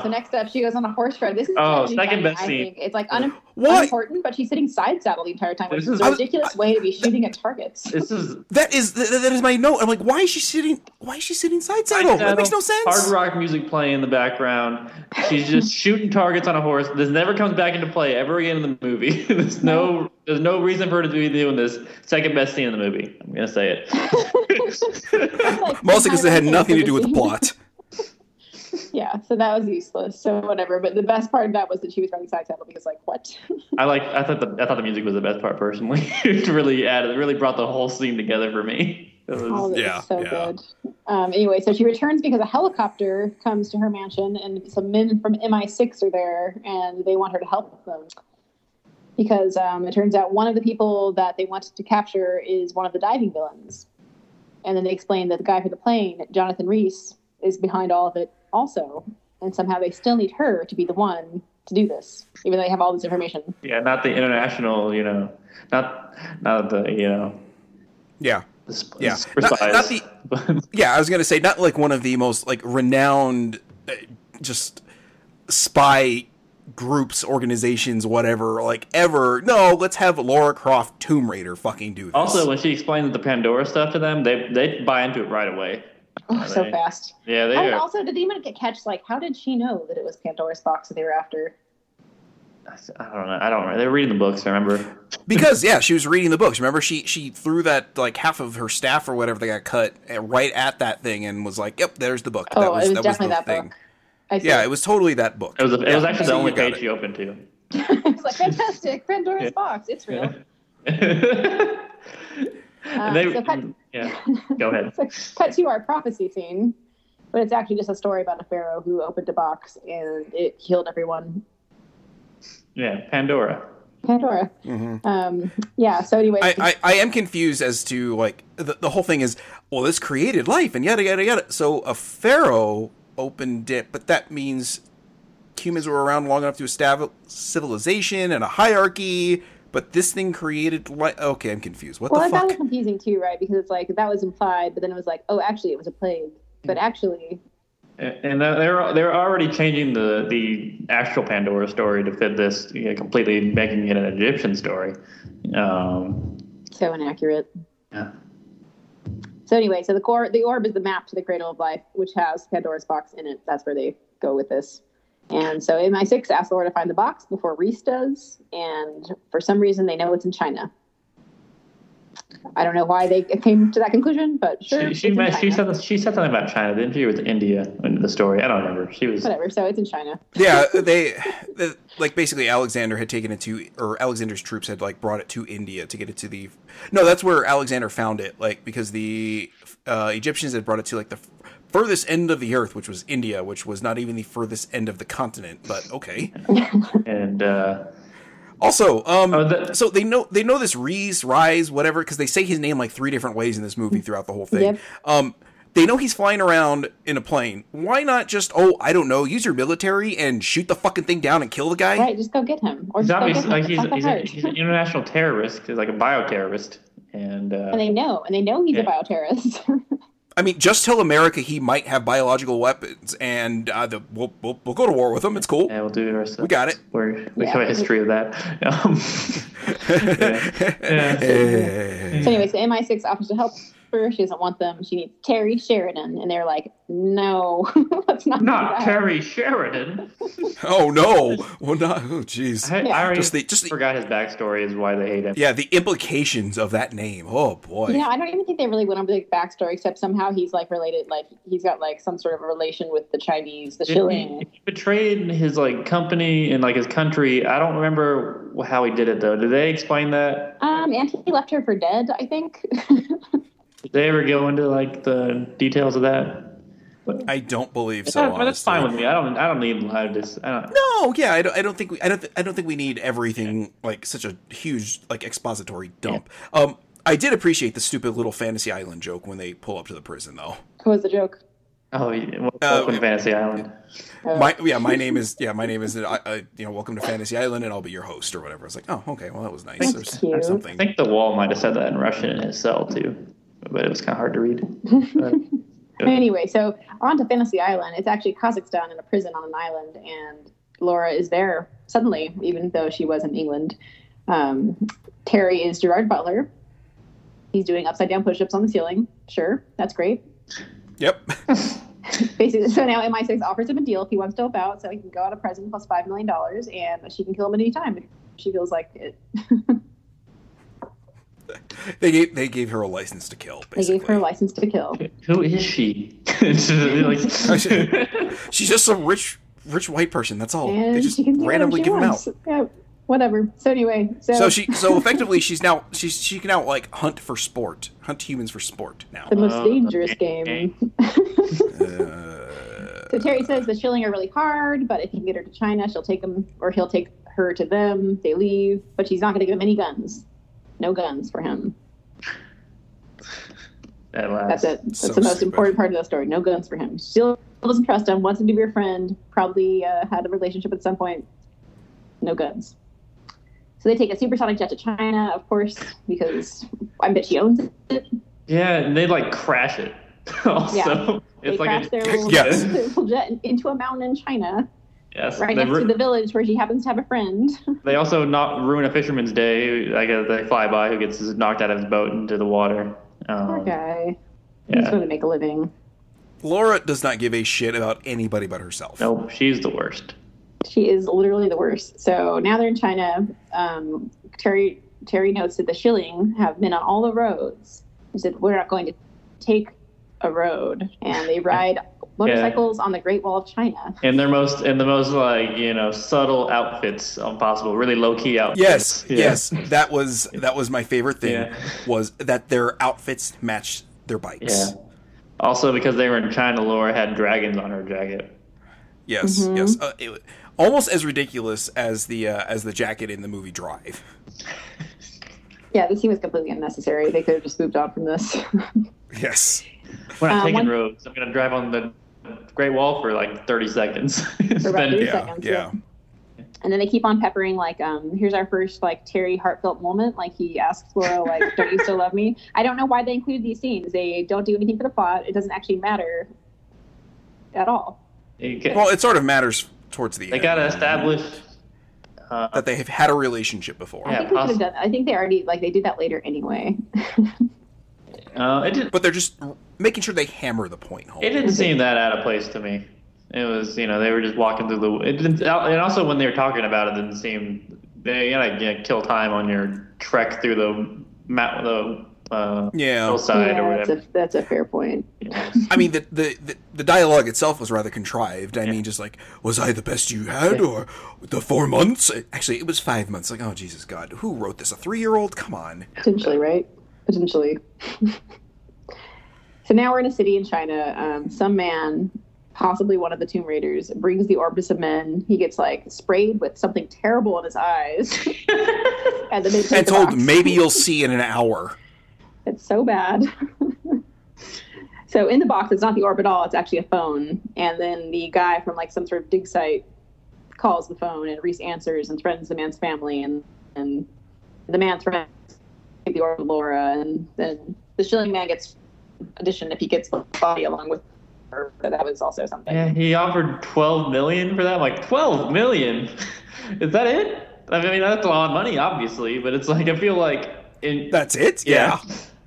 Speaker 1: So next up, she goes on a horse ride. This is
Speaker 2: Oh,
Speaker 1: actually funny,
Speaker 2: second best
Speaker 1: I
Speaker 2: scene.
Speaker 1: think. It's like un-
Speaker 3: What?
Speaker 1: unimportant, but she's sitting side saddle the entire time, which
Speaker 2: This
Speaker 1: is,
Speaker 2: is-
Speaker 1: a
Speaker 2: I-
Speaker 1: ridiculous way to be shooting at targets.
Speaker 2: this is
Speaker 3: That is that, that is my note. I'm like, why is she sitting? Why is she sitting side saddle? That makes no sense.
Speaker 2: Hard rock music playing in the background. She's just shooting targets on a horse. This never comes back into play ever again in the movie. there's no there's no reason for her to be doing this. Second best scene in the movie. I'm gonna say it.
Speaker 1: Like,
Speaker 3: Mostly because it had
Speaker 1: entire
Speaker 3: nothing to do with the
Speaker 1: scene.
Speaker 3: plot.
Speaker 1: yeah, so that was useless. So whatever. But the best part of that was that she was riding side saddle because, like, what?
Speaker 2: I like I thought the I thought the music was the best part personally. it really added it really brought the whole scene together for me. It was-
Speaker 1: All of it
Speaker 3: Yeah,
Speaker 1: was so
Speaker 3: yeah.
Speaker 1: good. Um, anyway, so she returns because a helicopter comes to her mansion, and some men from MI6 are there, and they want her to help them. Because um, it turns out one of the people that they wanted to capture is one of the diving villains. And then they explain that the guy for the plane, Jonathan Reese, is behind all of it also. And somehow they still need her to be the one to do this, even though they have all this information.
Speaker 2: yeah, not the international, you know, not not the you know.
Speaker 3: Yeah,
Speaker 2: The sp-
Speaker 3: Yeah.
Speaker 2: super
Speaker 3: Not-
Speaker 2: size.
Speaker 3: not the- yeah. I was gonna say not like one of the most like renowned, uh, just spy groups, organizations, whatever, like ever. No, let's have Laura Croft Tomb Raider fucking do this.
Speaker 2: Also, when she explains the Pandora stuff to them, they they buy into it right away.
Speaker 1: Oh, so
Speaker 2: Right.
Speaker 1: fast.
Speaker 2: Yeah, they
Speaker 1: I would
Speaker 2: are.
Speaker 1: Oh, also, did they even get catch? Like, how did she know that it was Pandora's box that they were after?
Speaker 2: I don't know. I don't remember. They were reading the books. I remember.
Speaker 3: because yeah, she was reading the books. Remember, she she threw that like half of her staff or whatever they got cut uh, right at that thing and was like, "Yep, there's the book."
Speaker 1: Oh,
Speaker 3: that was,
Speaker 1: it was
Speaker 3: that
Speaker 1: definitely
Speaker 3: was
Speaker 1: that
Speaker 3: the thing.
Speaker 1: book. I see.
Speaker 3: Yeah, it was totally that book.
Speaker 2: It was. A, it was actually the
Speaker 3: so
Speaker 2: only
Speaker 3: you got
Speaker 2: page
Speaker 3: it.
Speaker 2: she opened to.
Speaker 1: it's like fantastic Pandora's
Speaker 2: Yeah.
Speaker 1: box. It's real. Uh,
Speaker 2: and they,
Speaker 1: so cut-
Speaker 2: yeah. Go ahead.
Speaker 1: So cut to our prophecy scene, but it's actually just a story about a pharaoh who opened a box and it healed everyone.
Speaker 2: Yeah, Pandora.
Speaker 1: Pandora.
Speaker 3: Mhm.
Speaker 1: Um, yeah. So anyway,
Speaker 3: I, I, I am confused as to like the, the whole thing is well this created life and yada yada yada so a pharaoh opened it but that means humans were around long enough to establish civilization and a hierarchy but this thing created life okay i'm confused what
Speaker 1: well,
Speaker 3: the
Speaker 1: that was
Speaker 3: fuck
Speaker 1: confusing too, right? Because it's like that was implied, but then it was like, oh, actually, it was a plague. But actually,
Speaker 2: And they're- they're they're already changing the the actual Pandora story to fit this, you know, completely making it an Egyptian story. Um,
Speaker 1: so inaccurate.
Speaker 2: yeah.
Speaker 1: So anyway, so the core, the orb is the map to the Cradle of Life, which has Pandora's box in it. That's where they go with this. And so MI6 asks Laura to find the box before Reese does, and for some reason they know it's in China. I don't know why they came to that conclusion, but sure.
Speaker 2: she she,
Speaker 1: it's in
Speaker 2: meant, she
Speaker 1: China.
Speaker 2: said she said something about China, didn't she? Or was it India in the story? I don't remember. She was
Speaker 1: whatever. So it's in China.
Speaker 3: yeah they the, like basically alexander had taken it to or alexander's troops had like brought it to india to get it to the no that's where alexander found it like because the uh, egyptians had brought it to like the f- furthest end of the earth which was india which was not even the furthest end of the continent but okay
Speaker 2: and uh,
Speaker 3: also um
Speaker 2: Oh, the-
Speaker 3: so they know they know this reese rise whatever because they say his name like three different ways in this movie throughout the whole thing
Speaker 1: Yep.
Speaker 3: um They know he's flying around in a plane. Why not just, oh, I don't know, use your military and shoot the fucking thing down and kill the guy?
Speaker 1: Right, just go get him. Or
Speaker 2: He's
Speaker 1: just go get
Speaker 2: obviously
Speaker 1: him.
Speaker 2: like
Speaker 1: It's
Speaker 2: he's,
Speaker 1: not that
Speaker 2: he's, a,
Speaker 1: hard.
Speaker 2: he's an international terrorist. He's like a bioterrorist, and uh,
Speaker 1: and they know, and they know he's
Speaker 2: Yeah.
Speaker 1: a bioterrorist.
Speaker 3: I mean, just tell America he might have biological weapons and uh, the, we'll, we'll, we'll go to war with him. It's cool.
Speaker 2: yeah, we'll do the rest. Of
Speaker 3: We got it.
Speaker 2: We're, we
Speaker 1: Yeah.
Speaker 2: have a history of that. Um, yeah. Yeah.
Speaker 3: Eh.
Speaker 1: So, anyways, the MI6 offers to help her. She doesn't want them. She needs Terry Sheridan, and they're like, "No, let's not." do
Speaker 2: Not
Speaker 1: that.
Speaker 2: Terry Sheridan.
Speaker 3: oh no! Well, not. Oh, jeez.
Speaker 2: I, I
Speaker 1: Yeah.
Speaker 2: already
Speaker 3: Just the just the
Speaker 2: forgot his backstory is why they hate him.
Speaker 3: yeah the implications of that name. Oh boy.
Speaker 1: You know, I don't even think they really went over the backstory, except somehow he's like related, like he's got like some sort of a relation with the Chinese,
Speaker 3: Mm-hmm.
Speaker 1: the
Speaker 2: Didn't
Speaker 1: Shilling.
Speaker 2: He, he betrayed his like company and like his country. I don't remember how he did it though. Did they explain that?
Speaker 1: Um, and he left her for dead, I think.
Speaker 2: Did they ever go into like the details of that?
Speaker 3: I don't believe so.
Speaker 2: That- but that's
Speaker 3: honestly.
Speaker 2: fine with me. I don't. I don't need. I just. I don't.
Speaker 3: No, yeah, I don't, I don't think we, I don't, th- I don't think we need everything like such a huge like expository dump. Um, I did appreciate the stupid little fantasy island joke when they pull up to the prison, though.
Speaker 1: what was the joke?
Speaker 2: Oh, yeah. Well,
Speaker 3: Uh,
Speaker 2: welcome to Fantasy Island.
Speaker 1: Uh,
Speaker 3: My, yeah, my name is, yeah, my name is, uh, uh, you know, welcome to Fantasy Island, and I'll be your host or whatever. I was like, oh, okay, well, that was nice or,
Speaker 1: That's
Speaker 3: or
Speaker 1: cute.
Speaker 2: I
Speaker 3: something.
Speaker 2: think the wall might have said that in Russian in his cell too, but it was kind of hard to read. But-
Speaker 1: Anyway, so on to Fantasy Island. It's actually Kazakhstan in a prison on an island, and Laura is there suddenly, even though she was in England. Um, Terry is Gerard Butler. He's doing upside down push ups on the ceiling. Sure, that's great.
Speaker 3: Yep.
Speaker 1: Basically, so now MI6 offers him a deal if he wants to help out, so he can go out of prison plus $5 million, and she can kill him at any time if she feels like it.
Speaker 3: They gave, they gave her a license to kill.
Speaker 1: They
Speaker 3: Basically.
Speaker 1: gave her a license to kill.
Speaker 2: Who is she? It's just
Speaker 3: Oh,
Speaker 2: like-
Speaker 3: She's just some rich, rich white person. That's all.
Speaker 1: And
Speaker 3: they just
Speaker 1: she can do
Speaker 3: randomly give
Speaker 1: whatever
Speaker 3: them
Speaker 1: she
Speaker 3: out.
Speaker 1: wants. Yeah, whatever. So, anyway, so,
Speaker 3: So she, so effectively, she's now she's she can now like hunt for sport, hunt humans for sport now.
Speaker 1: the most
Speaker 2: Oh,
Speaker 1: dangerous
Speaker 2: okay.
Speaker 1: game.
Speaker 3: Uh,
Speaker 1: So Terry says the shilling are really hard, but if he can get her to China, she'll take him, or he'll take her to them. They leave, but she's not going to give him any guns. No guns for him.
Speaker 2: At last.
Speaker 1: That's it. That's
Speaker 3: So
Speaker 1: the most
Speaker 3: stupid.
Speaker 1: important part of the story. No guns for him. Still doesn't trust him. Wants him to be your friend. Probably uh, had a relationship at some point. No guns. So they take a supersonic jet to China, of course, because I bet she owns it.
Speaker 2: Yeah, and they like crash it. also,
Speaker 1: They
Speaker 2: it's like
Speaker 1: crash
Speaker 2: a,
Speaker 1: their, little,
Speaker 3: Yes.
Speaker 1: their little jet into a mountain in China,
Speaker 2: yes,
Speaker 1: right
Speaker 2: they,
Speaker 1: next
Speaker 2: ru-
Speaker 1: to the village where she happens to have a friend.
Speaker 2: they also not ruin a fisherman's day. Like uh, they fly by who gets knocked out of his boat into the water. Um,
Speaker 1: Poor guy. He's
Speaker 2: Yeah.
Speaker 1: going to make a living.
Speaker 3: Laura does not give a shit about anybody but herself.
Speaker 2: Nope, she's the worst.
Speaker 1: She is literally the worst. So now they're in China. Um, Terry Terry notes that the shilling have been on all the roads. He said, "We're not going to take a road," and they ride motorcycles on the Great Wall of China.
Speaker 2: And their most and the most like you know subtle outfits um, possible, really low key outfits.
Speaker 3: Yes,
Speaker 2: Yeah.
Speaker 3: yes, that was that was my favorite thing
Speaker 2: Yeah.
Speaker 3: was that their outfits matched their
Speaker 2: Yeah.
Speaker 3: bikes.
Speaker 2: Also, because they were in China, Laura had dragons on her jacket.
Speaker 3: Yes,
Speaker 1: Mhm.
Speaker 3: yes, uh, it, almost as ridiculous as the uh, as the jacket in the movie Drive.
Speaker 1: Yeah, this scene was completely unnecessary. They could have just moved on from this.
Speaker 3: Yes,
Speaker 2: We're not
Speaker 1: Uh,
Speaker 2: taking
Speaker 1: one-
Speaker 2: roads. I'm gonna drive on the Great Wall for like 30 seconds.
Speaker 1: For about
Speaker 2: Spend-
Speaker 1: Three
Speaker 3: yeah,
Speaker 1: seconds,
Speaker 3: yeah.
Speaker 1: and then they keep on peppering like, um, "Here's our first like Terry heartfelt moment." Like he asks Laura, "Like, don't you still love me?" I don't know why they included these scenes. They don't do anything for the plot. It doesn't actually matter at all.
Speaker 2: You ca-
Speaker 3: Well, it sort of matters towards the
Speaker 2: they
Speaker 3: end
Speaker 2: gotta establish. Uh,
Speaker 3: that they have had a relationship before,
Speaker 1: I
Speaker 2: Yeah,
Speaker 1: think we could
Speaker 2: poss-
Speaker 1: have done. I think they already like they did that later anyway.
Speaker 2: uh, it, did,
Speaker 3: but they're just making sure they hammer the point home.
Speaker 2: it didn't seem that out of place to me. It was, you know, they were just walking through the. It didn't, and also when they were talking about it, it didn't seem. They gotta you know, kill time on your trek through the mount, the uh,
Speaker 3: yeah,
Speaker 2: hillside or
Speaker 1: Yeah, that's
Speaker 2: whatever.
Speaker 1: a that's a fair point.
Speaker 3: I mean, the, the the the dialogue itself was rather contrived. I mean, just like, was I the best you had, or the four months? Actually, it was five months. Like, oh Jesus God, who wrote this? A three year old? Come on.
Speaker 1: Potentially, right? Potentially. so now we're in a city in China. Um, some man, possibly one of the Tomb Raiders, brings the Orbis of Men. He gets like sprayed with something terrible in his eyes. and then they take
Speaker 3: And
Speaker 1: the
Speaker 3: told
Speaker 1: box.
Speaker 3: maybe you'll see in an hour.
Speaker 1: It's so bad. So in the box, it's not the orb at all. It's actually a phone. And then the guy from like some sort of dig site calls the phone, and Reese answers and threatens the man's family, and and the man threatens the orb to Laura, and then the shilling man gets addition if he gets the body along with her. So that was also something.
Speaker 2: Yeah, he offered twelve million for that. I'm like twelve million? Is that it? I mean, that's a lot of money, obviously, but it's like I feel like in
Speaker 3: That's it. Yeah.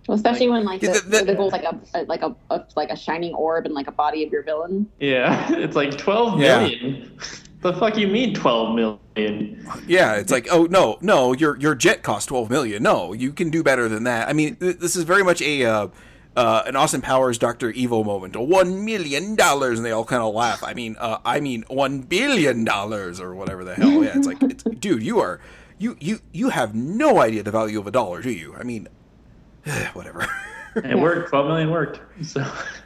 Speaker 1: Well, especially when like
Speaker 3: Yeah,
Speaker 1: the,
Speaker 3: the-
Speaker 1: the, goal's like a, a like a, a like a shining orb and like a body of your villain.
Speaker 2: yeah, it's like twelve
Speaker 3: Yeah.
Speaker 2: million. The fuck you mean twelve million?
Speaker 3: yeah, It's like, oh no, no, your your jet cost twelve million. No, you can do better than that. I mean, th- this is very much a uh, uh, an Austin Powers Doctor Evil moment. One million dollars, and they all kind of laugh. I mean, uh, I mean one billion dollars or whatever the hell. Yeah, it's like, it's, dude, you are you you you have no idea the value of a dollar, do you? I mean, whatever.
Speaker 2: It worked. Twelve million worked.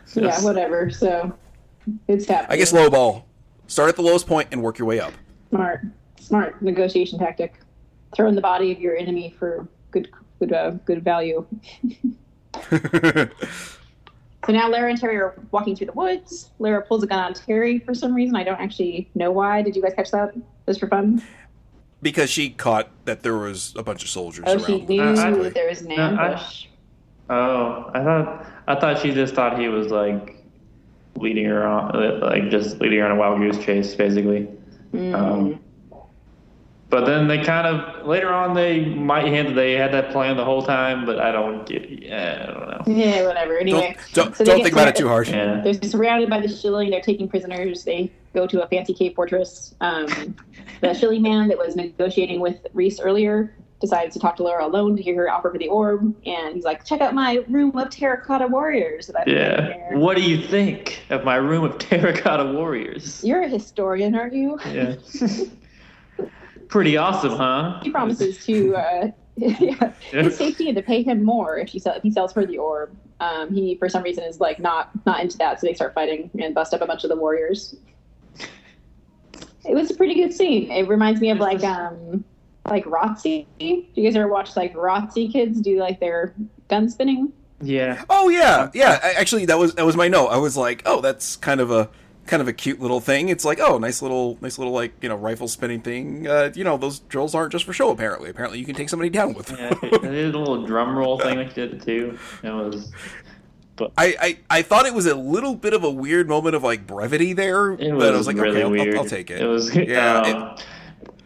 Speaker 2: So
Speaker 1: Yeah, whatever. So it's happening.
Speaker 3: I guess low ball. Start at the lowest point and work your way up.
Speaker 1: smart, smart negotiation tactic. Throw in the body of your enemy for good good uh, good value. So now Lara and Terry are walking through the woods. Lara pulls a gun on Terry for some reason. I don't actually know why. Did you guys catch that? Just for fun?
Speaker 3: because she caught that there was a bunch of soldiers
Speaker 1: Oh,
Speaker 3: around.
Speaker 1: she knew
Speaker 2: Uh, I-
Speaker 1: that there was an
Speaker 2: I-
Speaker 1: ambush.
Speaker 2: Oh, I thought I thought she just thought he was like leading her on, like just leading her on a wild goose chase, basically.
Speaker 1: Mm.
Speaker 2: Um, but then they kind of later on they might hint that they had that plan the whole time, but I don't get. Yeah, I don't know.
Speaker 1: yeah, whatever. Anyway,
Speaker 3: Don't don't,
Speaker 1: So they
Speaker 3: don't
Speaker 1: get
Speaker 3: think about it
Speaker 1: to-
Speaker 3: too hard.
Speaker 2: Yeah.
Speaker 1: they're surrounded by the shilling. They're taking prisoners. They go to a fancy cave fortress. Um, the shilling man that was negotiating with Reese earlier decides to talk to Laura alone to hear her offer for the orb, and he's like, "Check out my room of terracotta warriors." that I've got
Speaker 2: Yeah.
Speaker 1: there."
Speaker 2: What do you think of my room of terracotta warriors?
Speaker 1: You're a historian, aren't you?
Speaker 2: Yeah. Pretty awesome, huh?
Speaker 1: She promises to uh, yeah, his safety and to pay him more if she sell, if he sells her the orb. Um, he for some reason is like not not into that, so they start fighting and bust up a bunch of the warriors. It was a pretty good scene. It reminds me of like um like Rotzi. Do you guys ever watch like Rotzi kids do like their gun spinning?
Speaker 2: Yeah.
Speaker 3: Oh yeah, yeah. I, actually, that was that was my note. I was like, oh, that's kind of a kind of a cute little thing. It's like, oh, nice little nice little like you know rifle spinning thing. Uh, you know, those drills aren't just for show. Apparently, apparently, you can take somebody down with them.
Speaker 2: Yeah. They did a little drum roll thing like they did too. It was.
Speaker 3: I, I, I thought it was a little bit of a weird moment of like brevity there,
Speaker 2: It was,
Speaker 3: but I was like,
Speaker 2: really
Speaker 3: okay, I'll-
Speaker 2: weird.
Speaker 3: I'll, I'll take it.
Speaker 2: It was
Speaker 3: Yeah,
Speaker 2: Um,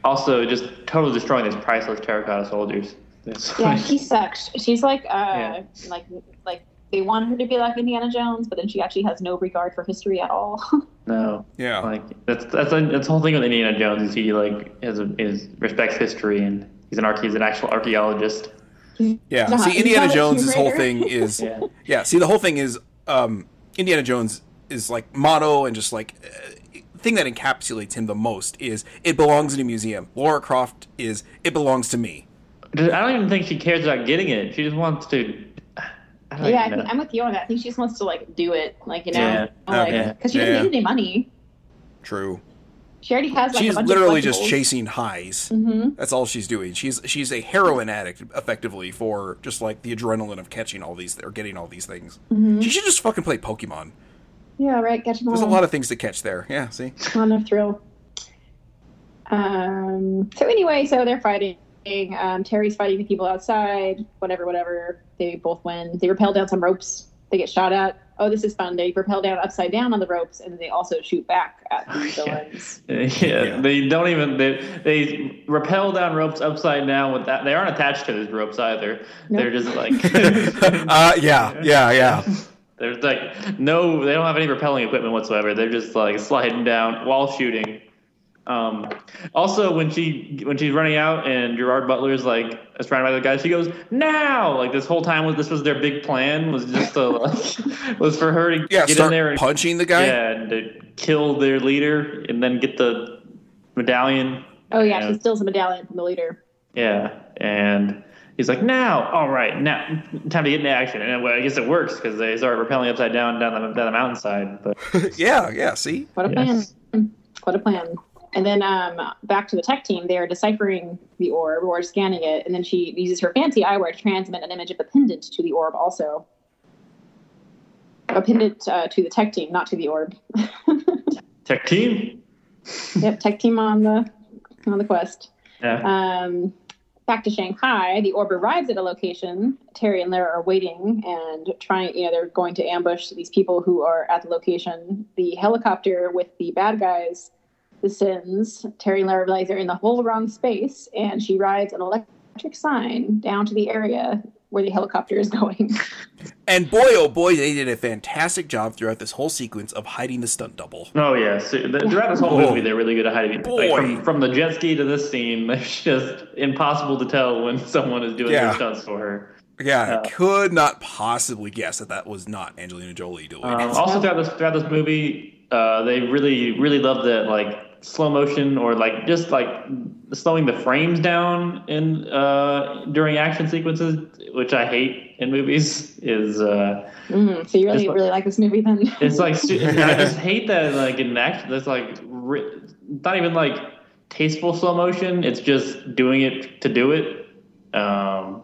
Speaker 2: also, just totally destroying these priceless terracotta soldiers. That's
Speaker 1: Yeah,
Speaker 2: like-
Speaker 1: she sucks. She's like uh
Speaker 2: Yeah.
Speaker 1: like like they want her to be like Indiana Jones, but then she actually has no regard for history at all.
Speaker 2: no,
Speaker 3: yeah,
Speaker 2: like that's that's like, that's the whole thing with Indiana Jones is he like has a, is respects history and he's an arch, he's an actual archaeologist.
Speaker 3: yeah.
Speaker 1: Not-
Speaker 3: See, Indiana
Speaker 1: not a
Speaker 3: Jones' whole
Speaker 1: curator.
Speaker 3: thing is
Speaker 2: Yeah,
Speaker 3: Yeah, see, the whole thing is um, Indiana Jones is like motto and just like uh, thing that encapsulates him the most is it belongs in a museum. Laura Croft is it belongs to me.
Speaker 2: Dude, I don't even think she cares about getting it. She just wants to. I don't
Speaker 1: yeah, I
Speaker 2: even
Speaker 1: think,
Speaker 2: know.
Speaker 1: I'm with you on that. I think she just wants to like do it, like you know,
Speaker 2: Yeah.
Speaker 1: like
Speaker 2: Okay.
Speaker 1: because she doesn't
Speaker 3: Yeah.
Speaker 1: need any money.
Speaker 3: True.
Speaker 1: She already has like a
Speaker 3: she's
Speaker 1: bunch
Speaker 3: literally
Speaker 1: of
Speaker 3: just chasing highs.
Speaker 1: hmm
Speaker 3: That's all she's doing. She's she's a heroin addict effectively for just like the adrenaline of catching all these or getting all these things.
Speaker 1: hmm
Speaker 3: She should just fucking play Pokemon.
Speaker 1: Yeah, right. Catch them all.
Speaker 3: There's a lot of things to catch there. Yeah, see.
Speaker 1: lot of thrill. Um. So anyway, so they're fighting. Um, Terry's fighting the people outside. Whatever, whatever. They both win. They rappel down some ropes. They get shot at. Oh, this is fun. They rappel down upside down on the ropes, and they also shoot back at
Speaker 3: Oh,
Speaker 1: the
Speaker 2: Yeah.
Speaker 1: villains.
Speaker 2: Yeah,
Speaker 3: Yeah.
Speaker 2: they don't even they they rappel down ropes upside down with that. They aren't attached to those ropes either.
Speaker 1: Nope.
Speaker 2: They're just like
Speaker 3: uh, yeah, yeah, yeah.
Speaker 2: There's like no, they don't have any repelling equipment whatsoever. They're just like sliding down while shooting. Um, also, when she when she's running out and Gerard Butler's like surrounded by the guys, she goes now. Like this whole time was this was their big plan was just to like, was for her to
Speaker 3: Yeah,
Speaker 2: get in
Speaker 3: start
Speaker 2: there and
Speaker 3: punching the guy.
Speaker 2: yeah and to kill their leader and then get the medallion.
Speaker 1: Oh yeah,
Speaker 2: Yeah.
Speaker 1: she steals a medallion from the leader.
Speaker 2: Yeah, and he's like now, all right, now time to get into action. And well, I guess it works because they start rappelling upside down down the down the mountainside, but.
Speaker 3: yeah, yeah, see?
Speaker 1: What a
Speaker 2: Yes.
Speaker 1: plan. What a plan. And then um, back to the tech team, they are deciphering the orb or scanning it, and then she uses her fancy eyewear to transmit an image of the pendant to the orb also. appended uh, to the tech team, not to the orb.
Speaker 2: Tech team.
Speaker 1: yep, tech team on the on the quest.
Speaker 2: Yeah.
Speaker 1: Um, back to Shanghai, the orb arrives at a location. Terry and Lara are waiting and trying. You know, they're going to ambush these people who are at the location. The helicopter with the bad guys descends. Terry and Lara realize they're in the whole wrong space, and she rides an electric sign down to the area where the helicopter is going.
Speaker 3: And boy, oh boy, they did a fantastic job throughout this whole sequence of hiding the stunt double.
Speaker 2: Oh yeah, so th- throughout this whole
Speaker 3: Boy.
Speaker 2: movie, they're really good at hiding. Like,
Speaker 3: Boy.
Speaker 2: from, from the jet ski to this scene, it's just impossible to tell when someone is doing
Speaker 3: Yeah.
Speaker 2: their stunts for her.
Speaker 3: Yeah, I
Speaker 2: Yeah.
Speaker 3: could not possibly guess that that was not Angelina Jolie doing
Speaker 2: Um,
Speaker 3: it.
Speaker 2: also, throughout this throughout this movie, uh, they really really love the like slow motion or like just like slowing the frames down in uh, during action sequences, which I hate in movies. Is uh,
Speaker 1: Mm, so you really,
Speaker 2: It's like-
Speaker 1: really like this movie then?
Speaker 2: it's like su- I just hate that like in action. That's like ri- not even like tasteful slow motion. It's just doing it to do it. Um,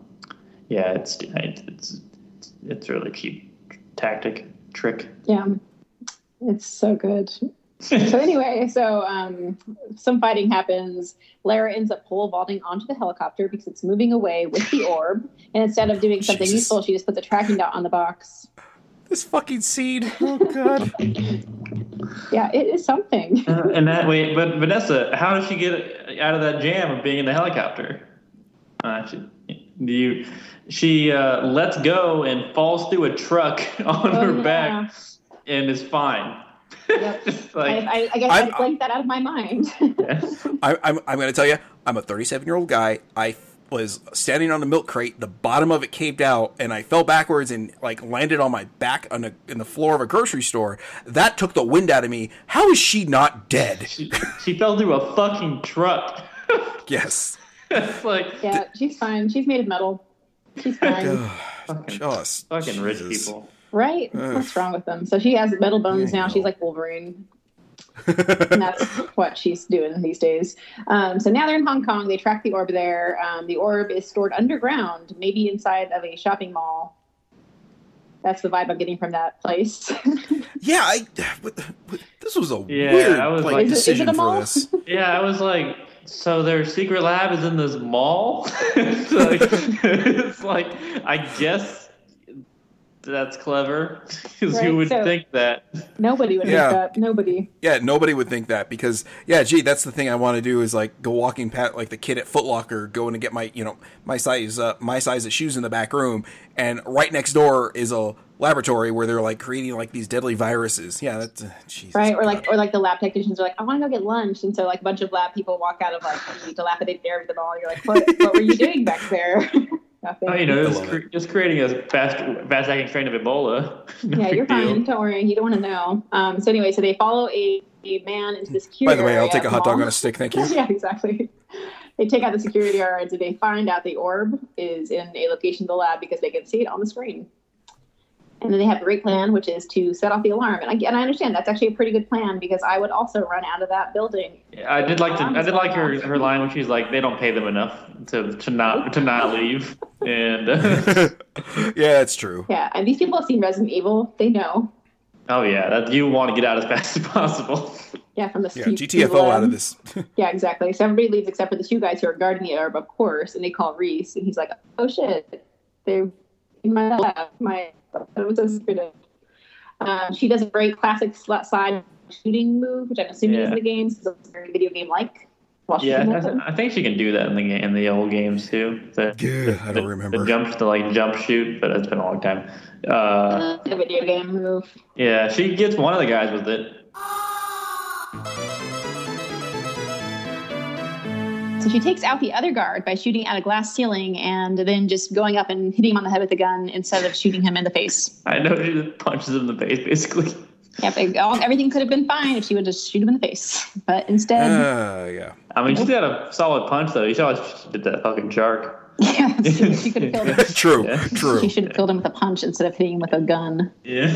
Speaker 2: yeah, it's it's it's it's a really cheap tactic trick.
Speaker 1: yeah, it's so good. so anyway, so um, some fighting happens. Lara ends up pole vaulting onto the helicopter because it's moving away with the orb, and instead of doing something
Speaker 3: Jesus.
Speaker 1: useful, she just puts a tracking dot on the box.
Speaker 3: This fucking scene. Oh god.
Speaker 1: Yeah, it is something.
Speaker 2: Uh, and that way, but Vanessa, how does she get out of that jam of being in the helicopter? Uh, she, do you, she uh, lets go and falls through a truck on
Speaker 1: Oh,
Speaker 2: her
Speaker 1: yeah.
Speaker 2: back and is fine.
Speaker 1: Yep.
Speaker 2: Just
Speaker 1: I,
Speaker 2: like,
Speaker 1: I, I guess
Speaker 3: I'm-
Speaker 1: I blanked that out of my mind.
Speaker 3: I, I'm I'm gonna tell you, I'm a 37 year old guy. I was standing on a milk crate. The bottom of it caved out, and I fell backwards and like landed on my back on a, in the floor of a grocery store. That took the wind out of me. How is she not dead?
Speaker 2: she, she fell through a fucking truck.
Speaker 3: Yes.
Speaker 2: it's like
Speaker 1: yeah, she's fine. She's made of metal. She's fine.
Speaker 2: fucking,
Speaker 3: Just
Speaker 2: fucking rich
Speaker 3: Jesus.
Speaker 2: people.
Speaker 1: Right?
Speaker 3: Ugh.
Speaker 1: What's wrong with them? So she has metal bones
Speaker 3: Yeah, I
Speaker 1: now.
Speaker 3: know.
Speaker 1: She's like Wolverine. and that's what she's doing these days. Um, so now they're in Hong Kong. They track the orb there. Um, the orb is stored underground, maybe inside of a shopping mall. That's the vibe I'm getting from that place.
Speaker 3: Yeah, I. But, but this was a
Speaker 2: Yeah,
Speaker 3: weird
Speaker 2: I was
Speaker 3: like,
Speaker 2: like-
Speaker 1: Is it- is it
Speaker 3: decision
Speaker 1: a
Speaker 3: for
Speaker 1: mall?
Speaker 3: this.
Speaker 2: Yeah, I was like, so their secret lab is in this mall. it's, like, it's like, I guess that's clever. Because
Speaker 1: Right,
Speaker 2: who would
Speaker 1: so-
Speaker 2: think that?
Speaker 1: Nobody would
Speaker 3: Yeah.
Speaker 1: make up. Nobody.
Speaker 3: Yeah, nobody would think that because yeah, gee, that's the thing I want to do is like go walking past like the kid at Foot Locker going to get my you know my size uh, my size of shoes in the back room, and right next door is a laboratory where they're like creating like these deadly viruses. Yeah, that's uh, Jesus.
Speaker 1: Right? Or
Speaker 3: God.
Speaker 1: like or like the lab technicians are like, I want to go get lunch. And so like a bunch of lab people walk out of like the dilapidated area of the mall. You're like, what, what were you doing back there? Nothing.
Speaker 2: Oh, you know,
Speaker 3: I
Speaker 2: just,
Speaker 3: love
Speaker 2: cre- just creating a fast, fast-acting strain of Ebola. No
Speaker 1: yeah,
Speaker 2: big
Speaker 1: you're
Speaker 2: deal.
Speaker 1: fine. Don't worry. You don't want to know. Um, so anyway, so they follow a, a man into this cure
Speaker 3: By the way, I'll
Speaker 1: area
Speaker 3: take a
Speaker 1: of
Speaker 3: hot
Speaker 1: the
Speaker 3: dog
Speaker 1: mall.
Speaker 3: on a stick, thank you.
Speaker 1: yeah, exactly. They take out the security guards and they find out the orb is in a location of the lab because they can see it on the screen. And then they have the great plan, which is to set off the alarm. And I, and I understand that's actually a pretty good plan because I would also run out of that building.
Speaker 2: I did like the, I did like her, her line when she's like, they don't pay them enough to, to not to not leave, and uh,
Speaker 3: yeah, it's true.
Speaker 1: Yeah, and these people have seen Resident Evil. They know.
Speaker 2: oh yeah, that you want to get out as fast as possible.
Speaker 1: Yeah, from the
Speaker 3: Yeah,
Speaker 1: Steve- Steve
Speaker 3: GTFO out
Speaker 1: Lem.
Speaker 3: of this.
Speaker 1: Yeah, exactly. So everybody leaves except for the two guys who are guarding the orb, of course, and they call Reese, and he's like, "Oh shit, they're in my lab. My that was so secretive." Um, she does a very classic sl- side shooting move, which I'm assuming is
Speaker 2: Yeah.
Speaker 1: in the game, so it's very video game like.
Speaker 2: Yeah, I, I think she can do that in the game, in the old games too. The,
Speaker 3: Yeah, I don't
Speaker 2: the
Speaker 3: remember.
Speaker 2: jump to like jump shoot, but it's been a long time. Uh,
Speaker 1: a video game move.
Speaker 2: yeah, she gets one of the guys with it.
Speaker 1: So she takes out the other guard by shooting at a glass ceiling and then just going up and hitting him on the head with a gun instead of shooting him in the face.
Speaker 2: I know she just punches him in the face basically.
Speaker 1: Yep, it- all, everything could have been fine if she would just shoot him in the face, but instead.
Speaker 3: Uh, yeah.
Speaker 2: I mean, she's got a solid punch though. You saw she did that fucking shark.
Speaker 1: Yeah, that's true. she could have killed him.
Speaker 3: True.
Speaker 2: Yeah.
Speaker 1: She
Speaker 3: True.
Speaker 1: should have killed him with a punch instead of hitting him with a gun.
Speaker 2: Yeah,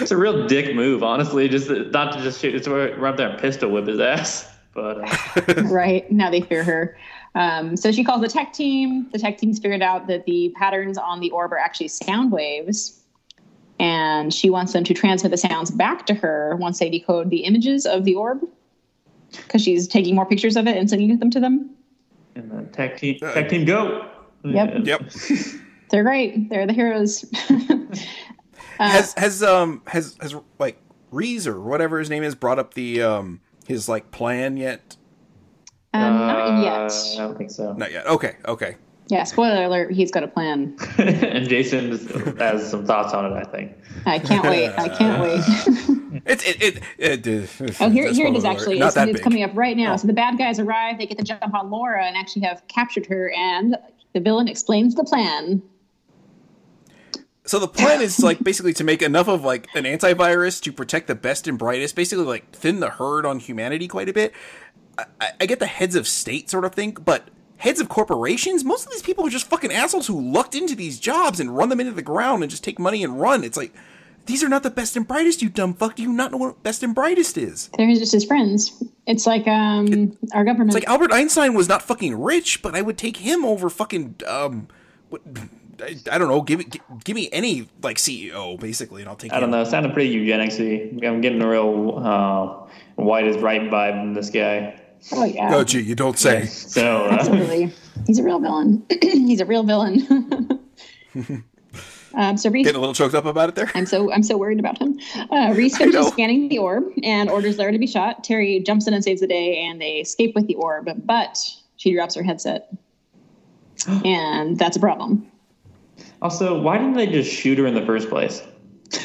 Speaker 2: it's a real dick move, honestly. Just not to just shoot. It's where run up there and pistol whip his ass. But uh,
Speaker 1: right now they fear her. Um, so she calls the tech team. The tech team's figured out that the patterns on the orb are actually sound waves. and she wants them to transmit the sounds back to her once they decode the images of the orb because she's taking more pictures of it and sending them to them.
Speaker 2: And the tech team, tech team, go.
Speaker 1: Yep.
Speaker 3: Uh, Yep.
Speaker 1: They're great. They're the heroes. Uh,
Speaker 3: has has um has has like Reese or whatever his name is brought up the um his like plan yet?
Speaker 1: um, not
Speaker 2: Uh, I
Speaker 1: yet.
Speaker 2: don't think so.
Speaker 3: Not yet. Okay. Okay.
Speaker 1: Yeah, spoiler alert, he's got a plan.
Speaker 2: and Jason just has some thoughts on it. I think.
Speaker 1: I can't wait. I can't wait.
Speaker 3: It's it it. it, it
Speaker 1: oh, here,
Speaker 3: that's
Speaker 1: here it
Speaker 3: spoiler
Speaker 1: is
Speaker 3: alert.
Speaker 1: actually.
Speaker 3: Not
Speaker 1: It's,
Speaker 3: that
Speaker 1: it's
Speaker 3: big.
Speaker 1: coming up right now.
Speaker 3: Oh.
Speaker 1: So the bad guys arrive, they get the jump on Laura and actually have captured her, and the villain explains the plan.
Speaker 3: So the plan is like basically to make enough of like an antivirus to protect the best and brightest, basically like thin the herd on humanity quite a bit. I, I- I get the heads of state sort of thing, but heads of corporations, most of these people are just fucking assholes who lucked into these jobs and run them into the ground and just take money and run. It's like these are not the best and brightest, you dumb fuck. Do you not know what best and brightest is?
Speaker 1: They're just his friends. It's like um our government.
Speaker 3: It's like oh, Albert Einstein was not fucking rich, but I would take him over fucking um, what, I, I don't know. Give it, gi- give me any like CEO basically, and I'll take.
Speaker 2: I don't
Speaker 3: him.
Speaker 2: know. It sounded pretty eugenicsy. I'm getting a real uh, white is right vibe from this guy.
Speaker 1: oh yeah.
Speaker 3: Oh, gee, you don't say.
Speaker 2: So uh,
Speaker 1: Absolutely. He's a real villain. He's a real villain. um, so Reese,
Speaker 3: Getting a little choked up about it there.
Speaker 1: I'm so I'm so worried about him. Uh, Reese
Speaker 3: know.
Speaker 1: finishes scanning the orb and orders Lara to be shot. Terry jumps in and saves the day, and they escape with the orb. But she drops her headset, and that's a problem.
Speaker 2: also, why didn't they just shoot her in the first place?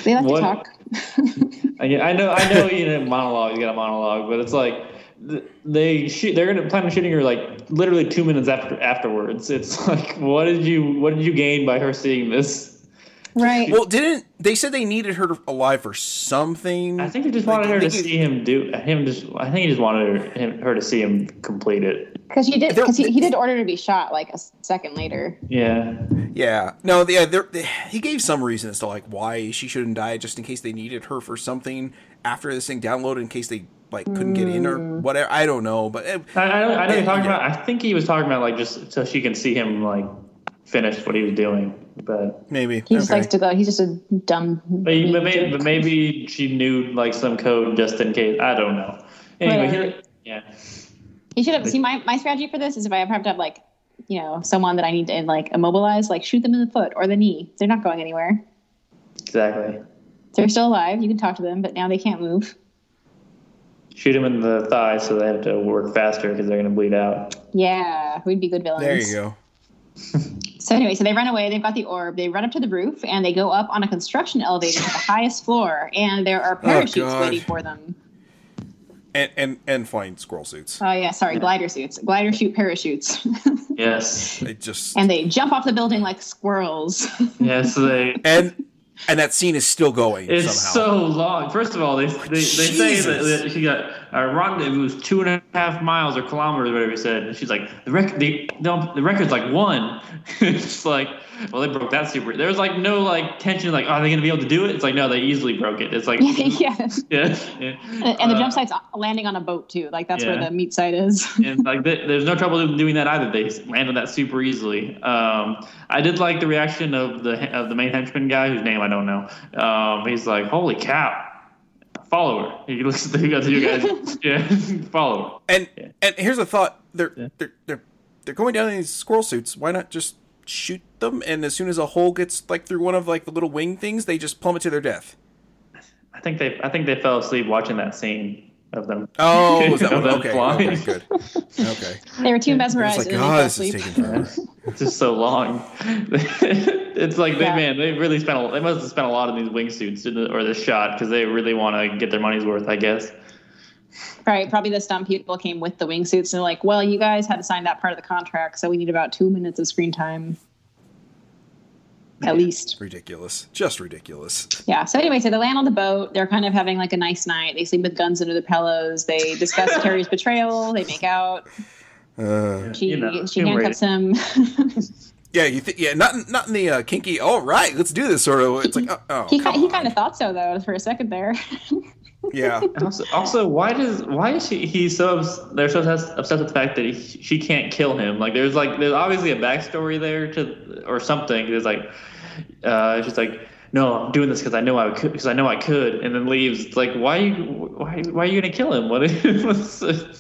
Speaker 1: They like
Speaker 2: What?
Speaker 1: to talk.
Speaker 2: I get- I know, I know, you know, monologue. You got a monologue, but it's like th- they shoot. They're gonna plan on shooting her like literally two minutes after afterwards. It's like, what did you, what did you gain by her seeing this?
Speaker 1: right.
Speaker 3: Well, didn't they said they needed her alive for something?
Speaker 2: I think he just
Speaker 3: Like,
Speaker 2: wanted her
Speaker 3: I
Speaker 2: to
Speaker 3: think he-
Speaker 2: see him do him. Just, I think he just wanted her, him, her to see him complete it.
Speaker 1: Because he did,
Speaker 3: There-
Speaker 1: because he, he did order to be shot like a second later.
Speaker 2: Yeah,
Speaker 3: Yeah, no, yeah, there they, he gave some reason as to like why she shouldn't die, just in case they needed her for something after this thing downloaded, in case they like couldn't get in
Speaker 1: Mm.
Speaker 3: or whatever. I don't know, but eh,
Speaker 2: I, I, don't- I know what you're talking
Speaker 3: Yeah.
Speaker 2: about. I think he was talking about like just so she can see him like finish what he was doing, but.
Speaker 3: maybe
Speaker 1: He just
Speaker 3: okay.
Speaker 1: likes to go. He's just a dumb.
Speaker 2: But, you-
Speaker 1: mean
Speaker 2: but, maybe,
Speaker 1: jerk.
Speaker 2: but maybe she knew like some code just in case. I don't know. Anyway,
Speaker 1: Whatever.
Speaker 2: here, yeah.
Speaker 1: You should have see my, my strategy for this is if I ever have to have like, you know, someone that I need to like immobilize, like shoot them in the foot or the knee. They're not going anywhere.
Speaker 2: Exactly.
Speaker 1: They're still alive. You can talk to them, but now they can't move.
Speaker 2: Shoot him in the thigh so they have to work faster because they're going to bleed out.
Speaker 1: Yeah, we'd be good villains.
Speaker 3: There you go.
Speaker 1: So anyway, so they run away. They've got the orb. They run up to the roof and they go up on a construction elevator to the highest floor, and there are parachutes
Speaker 3: Oh, God.
Speaker 1: waiting for them.
Speaker 3: And and and find squirrel suits.
Speaker 1: Oh yeah, sorry, glider suits, glider shoot parachutes,
Speaker 2: Yes.
Speaker 3: It just
Speaker 1: and they jump off the building like squirrels.
Speaker 3: Mm-hmm.
Speaker 2: Yes, they.
Speaker 3: and and that scene is still going
Speaker 2: It's
Speaker 3: somehow.
Speaker 2: so long. First of all, they, they, they say that,
Speaker 3: Jesus.
Speaker 2: that she got uh, a rendezvous is two and a half miles or kilometers, whatever he said. And she's like, the, rec- the, the, the record's like one. it's like, well, they broke that super. There was like no like tension, like, are they going to be able to do it? It's like, no, they easily broke it. It's like,
Speaker 1: yeah,
Speaker 2: yeah. yeah.
Speaker 1: and and the
Speaker 2: Uh,
Speaker 1: jump site's landing on a boat too. Like that's where
Speaker 2: yeah.
Speaker 1: the meat site is.
Speaker 2: and like th- there's no trouble doing that either. They landed that super easily. Um, I did like the reaction of the of the main henchman guy whose name I don't know. Um, he's like, "Holy cow!" Follower. He looks at the, he goes, you guys. yeah, follower.
Speaker 3: And
Speaker 2: Yeah.
Speaker 3: and here's a thought: they're
Speaker 2: Yeah.
Speaker 3: they're they're they're going down in these squirrel suits. Why not just shoot them? And as soon as a hole gets like through one of like the little wing things, they just plummet to their death.
Speaker 2: I think they I think they fell asleep watching that scene of them.
Speaker 3: Oh, is that one?
Speaker 2: That
Speaker 3: okay?
Speaker 2: fly.
Speaker 3: okay, good. Okay,
Speaker 1: They were too
Speaker 3: it's
Speaker 1: mesmerized.
Speaker 3: like
Speaker 1: and they
Speaker 3: oh,
Speaker 1: fell
Speaker 3: this is
Speaker 1: asleep.
Speaker 3: taking forever.
Speaker 2: It's just so long. it's like they
Speaker 1: Yeah.
Speaker 2: man, they really spent. A, they must have spent a lot on these wingsuits in the- or this shot because they really want to get their money's worth. I guess.
Speaker 1: Right, probably the stump people came with the wingsuits and they're like, well, you guys had to sign that part of the contract, so we need about two minutes of screen time. At least.
Speaker 3: Ridiculous, just ridiculous.
Speaker 1: Yeah. So anyway, so they land on the boat. They're kind of having like a nice night. They sleep with guns under the pillows. They discuss Terry's betrayal. They make out.
Speaker 3: Uh,
Speaker 1: She
Speaker 2: You know,
Speaker 1: she
Speaker 2: Tomb Raider.
Speaker 1: handcuffs him.
Speaker 3: yeah, you thi- yeah, not in- not in the uh, kinky. All right, let's do this sort of. It's like oh, oh
Speaker 1: he
Speaker 3: come
Speaker 1: ki- he
Speaker 3: on.
Speaker 1: kind of thought so though for a second there.
Speaker 3: yeah.
Speaker 2: Also, also, why does why is she he's so obs- they're so obsessed, obsessed with the fact that he, she can't kill him? Like there's like there's obviously a backstory there to or something. There's like uh, she's like no, I'm doing this because I know I could, because I know I could, and then leaves. It's like, why, are you, why, why are you gonna kill him? What? Is,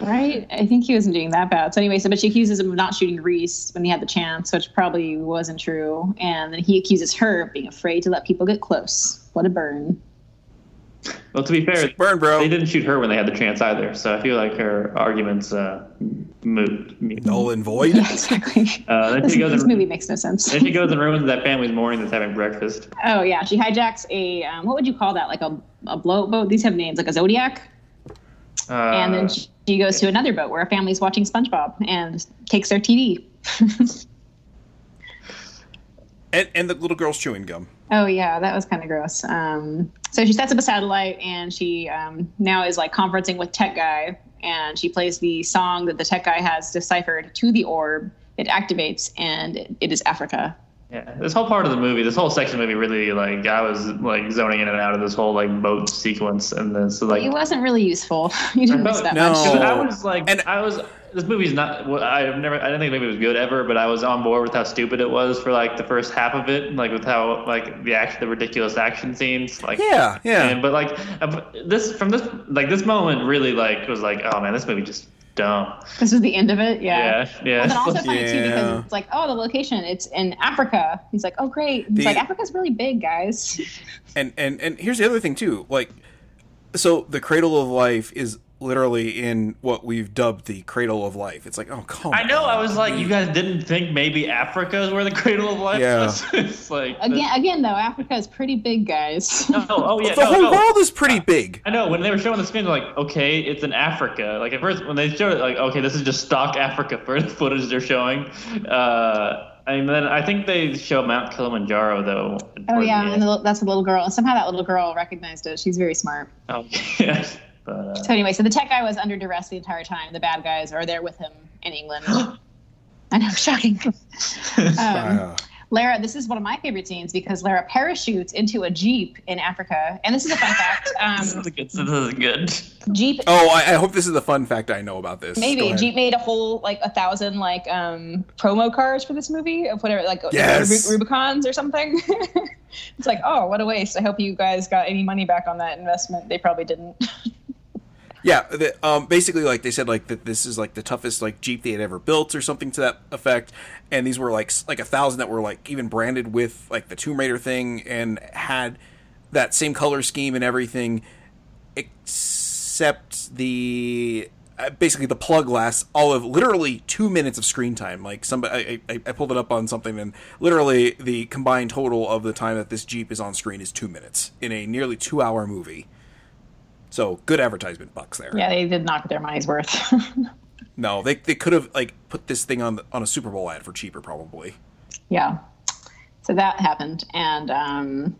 Speaker 1: Right? I think he wasn't doing that bad. So anyway, so but she accuses him of not shooting Reese when he had the chance, which probably wasn't true. And then he accuses her of being afraid to let people get close. What a burn.
Speaker 2: well, to be fair,
Speaker 3: Burn, bro.
Speaker 2: they didn't shoot her when they had the chance either. So I feel like her arguments uh, moot. moot.
Speaker 3: Null and void.
Speaker 1: Yeah, exactly.
Speaker 2: Uh, then
Speaker 1: This,
Speaker 2: she goes
Speaker 1: this
Speaker 2: and
Speaker 1: movie makes no sense.
Speaker 2: then she goes and ruins that family's morning that's having breakfast.
Speaker 1: Oh yeah, she hijacks a um, what would you call that? Like a a blow boat. These have names like a zodiac.
Speaker 2: Uh,
Speaker 1: and then she, she goes to another boat where a family's watching SpongeBob and takes their TV.
Speaker 3: And, and the little girl's chewing gum.
Speaker 1: Oh yeah, that was kind of gross. Um, so she sets up a satellite, and she um, now is like conferencing with Tech Guy, and she plays the song that the Tech Guy has deciphered to the orb. It activates, and it, it is Africa.
Speaker 2: Yeah, this whole part of the movie, this whole section of the movie, really like I was like zoning in and out of this whole like boat sequence and this so, like.
Speaker 1: it wasn't really useful. You didn't miss that
Speaker 3: No.
Speaker 1: much.
Speaker 2: 'cause I was like,
Speaker 3: And-
Speaker 2: I was. This movie's not. well, I've never. I didn't think the movie was good ever, but I was on board with how stupid it was for like the first half of it, like with how like the action, the ridiculous action scenes, like
Speaker 3: Yeah, yeah.
Speaker 2: And, but like I've- this from this like this moment really like was like oh man this movie just dumb
Speaker 1: This was the end of it. Yeah.
Speaker 2: yeah yeah,
Speaker 1: But then also funny too
Speaker 3: Yeah.
Speaker 1: because it's like, oh, the location. It's in Africa. He's like, oh, great. He's
Speaker 3: The-
Speaker 1: like, Africa's really big, guys.
Speaker 3: And and and here's the other thing too. Like, so the cradle of life is literally in what we've dubbed the cradle of life. It's like, oh come.
Speaker 2: I know
Speaker 3: on.
Speaker 2: I was like you guys didn't think maybe Africa is where the cradle of life
Speaker 3: Yeah.
Speaker 2: is it's like
Speaker 1: Again, again though, Africa is pretty big, guys.
Speaker 2: no oh yeah
Speaker 3: the
Speaker 2: no,
Speaker 3: whole
Speaker 2: no.
Speaker 3: world is pretty big.
Speaker 2: I know when they were showing the screen, they're like, okay, it's in Africa. Like at first, when they showed it, like, okay, this is just stock Africa for the footage they're showing. Uh, and then I think they show Mount Kilimanjaro though.
Speaker 1: Oh
Speaker 2: toward
Speaker 1: yeah,
Speaker 2: the
Speaker 1: and the,
Speaker 2: end.
Speaker 1: li- that's the little girl. And somehow that little girl recognized it. She's very smart.
Speaker 2: Oh, yeah. But, uh,
Speaker 1: So anyway, so the tech guy was under duress the entire time. The bad guys are there with him in England. I know, shocking. Um,
Speaker 3: Ah.
Speaker 1: Lara, this is one of my favorite scenes because Lara parachutes into a jeep in Africa, and this is a fun fact.
Speaker 2: this
Speaker 1: Um,
Speaker 2: is good. This is good.
Speaker 1: jeep
Speaker 3: oh, I, I hope this is the fun fact I know about this. Go
Speaker 1: Maybe
Speaker 3: ahead.
Speaker 1: Jeep made a whole like a thousand like um promo cars for this movie of whatever like
Speaker 3: Yes.
Speaker 1: Rub- Rubicons or something. it's like oh what a waste. I hope you guys got any money back on that investment. They probably didn't.
Speaker 3: Yeah, the, um, basically, like they said, like that this is like the toughest like Jeep they had ever built, or something to that effect. And these were like s- like a thousand that were like even branded with like the Tomb Raider thing and had that same color scheme and everything, except the uh, basically the plug lasts all of literally two minutes of screen time. Like somebody, I, I, I pulled it up on something, and literally the combined total of the time that this Jeep is on screen is two minutes in a nearly two hour movie. So good advertisement bucks there.
Speaker 1: Yeah, they did not get their money's worth.
Speaker 3: No, they, they could have like put this thing on the, on a Super Bowl ad for cheaper, probably.
Speaker 1: yeah, so that happened, and um,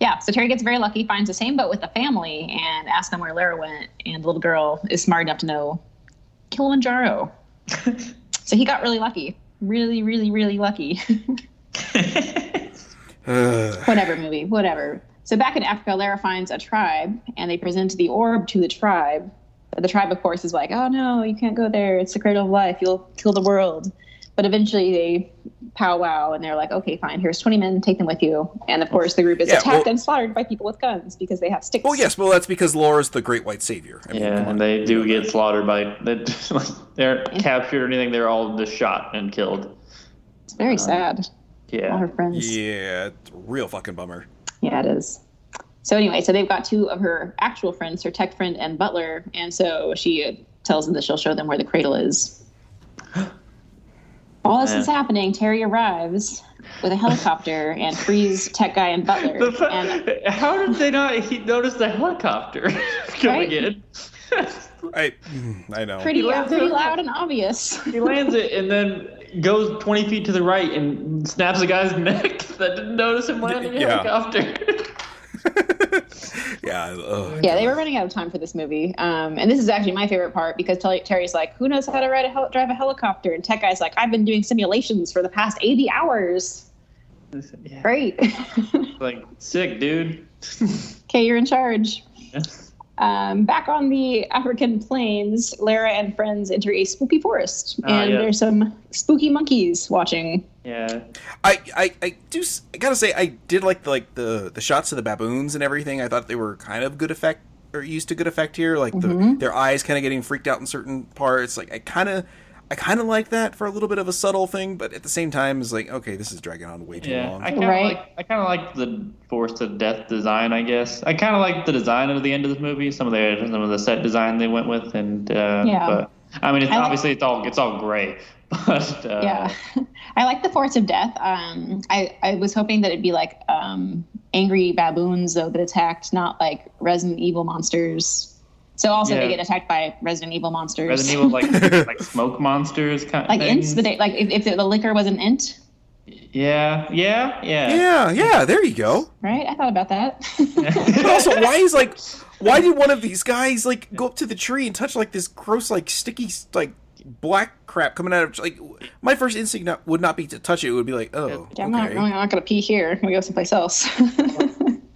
Speaker 1: yeah, so Terry gets very lucky, finds the same boat with the family, and asks them where Lara went, and the little girl is smart enough to know Kilimanjaro. so he got really lucky, really, really, really lucky. whatever movie, whatever. So back in Africa, Lara finds a tribe, and they present the orb to the tribe. The tribe, of course, is like, "Oh no, you can't go there. It's the cradle of life. You'll kill the world." But eventually, they powwow, and they're like, "Okay, fine. Here's 20 men. Take them with you." And of course, the group is
Speaker 3: Yeah,
Speaker 1: attacked
Speaker 3: well-
Speaker 1: and slaughtered by people with guns because they have sticks.
Speaker 3: Well, yes, well that's because Laura's the Great White Savior. I mean, come
Speaker 2: Yeah,
Speaker 3: on.
Speaker 2: and they do get slaughtered by they like, they're captured or anything. They're all just shot and killed.
Speaker 1: it's
Speaker 3: Uh,
Speaker 1: very sad. All her
Speaker 2: Yeah,
Speaker 1: friends.
Speaker 3: yeah, it's a real fucking bummer.
Speaker 1: Yeah, it is. So anyway, so they've got two of her actual friends, her tech friend and butler, and so she tells them that she'll show them where the cradle is. While this is
Speaker 2: Man.
Speaker 1: happening, Terry arrives with a helicopter and frees tech guy and butler.
Speaker 2: The fu-
Speaker 1: And
Speaker 2: how did they not he- notice the helicopter coming
Speaker 1: Right?
Speaker 2: in?
Speaker 3: I mm, I know.
Speaker 1: pretty,
Speaker 2: He lands
Speaker 1: pretty
Speaker 2: it.
Speaker 1: loud and obvious.
Speaker 2: he lands it and then goes 20 feet to the right and snaps a guy's neck that didn't notice him landing a
Speaker 3: Yeah.
Speaker 2: helicopter.
Speaker 3: yeah. ugh.
Speaker 1: Yeah, they were running out of time for this movie. Um, and this is actually my favorite part because Ter- Terry's like, "Who knows how to ride a hel- drive a helicopter?" And Tech Guy's like, "I've been doing simulations for the past eighty hours.
Speaker 2: yeah,
Speaker 1: Great.
Speaker 2: like sick, dude.
Speaker 1: okay, you're in charge." Um, back on the African plains, Lara and friends enter a spooky forest,
Speaker 2: Ah,
Speaker 1: and
Speaker 2: yeah.
Speaker 1: there's some spooky monkeys watching.
Speaker 2: Yeah.
Speaker 3: I, I, I do. s- I gotta say, I did like the, like the the shots of the baboons and everything. I thought they were kind of good effect or used to good effect here. Like the,
Speaker 1: Mhm.
Speaker 3: their eyes kind of getting freaked out in certain parts. Like I kind of, I kind of like that for a little bit of a subtle thing, but at the same time, it's like okay, this is dragging on way too
Speaker 2: Yeah,
Speaker 3: long.
Speaker 2: I kind of
Speaker 1: Right.
Speaker 2: like I kind of like the force to death design. I guess I kind of like the design of the end of this movie. Some of the some of the set design they went with, and uh,
Speaker 1: Yeah.
Speaker 2: But I mean, it's
Speaker 1: I like-
Speaker 2: obviously it's all it's all gray, but uh,
Speaker 1: yeah, I like the forest of death. Um, I I was hoping that it'd be like um, angry baboons though that attacked, not like Resident Evil monsters. So also
Speaker 2: Yeah.
Speaker 1: they get attacked by Resident Evil monsters.
Speaker 2: Resident Evil like like smoke monsters kind of
Speaker 1: like
Speaker 2: things.
Speaker 1: ints the day like if, if the liquor was an int
Speaker 2: Yeah, yeah, yeah.
Speaker 3: yeah, yeah. There you go.
Speaker 1: right i thought about that
Speaker 3: But also, why is like, why did one of these guys like go up to the tree and touch like this gross like sticky like black crap coming out of like? My first instinct not, would not be to touch it. It would be like, oh,
Speaker 1: Yeah, I'm not,
Speaker 3: okay.
Speaker 1: I'm not gonna pee here we go someplace else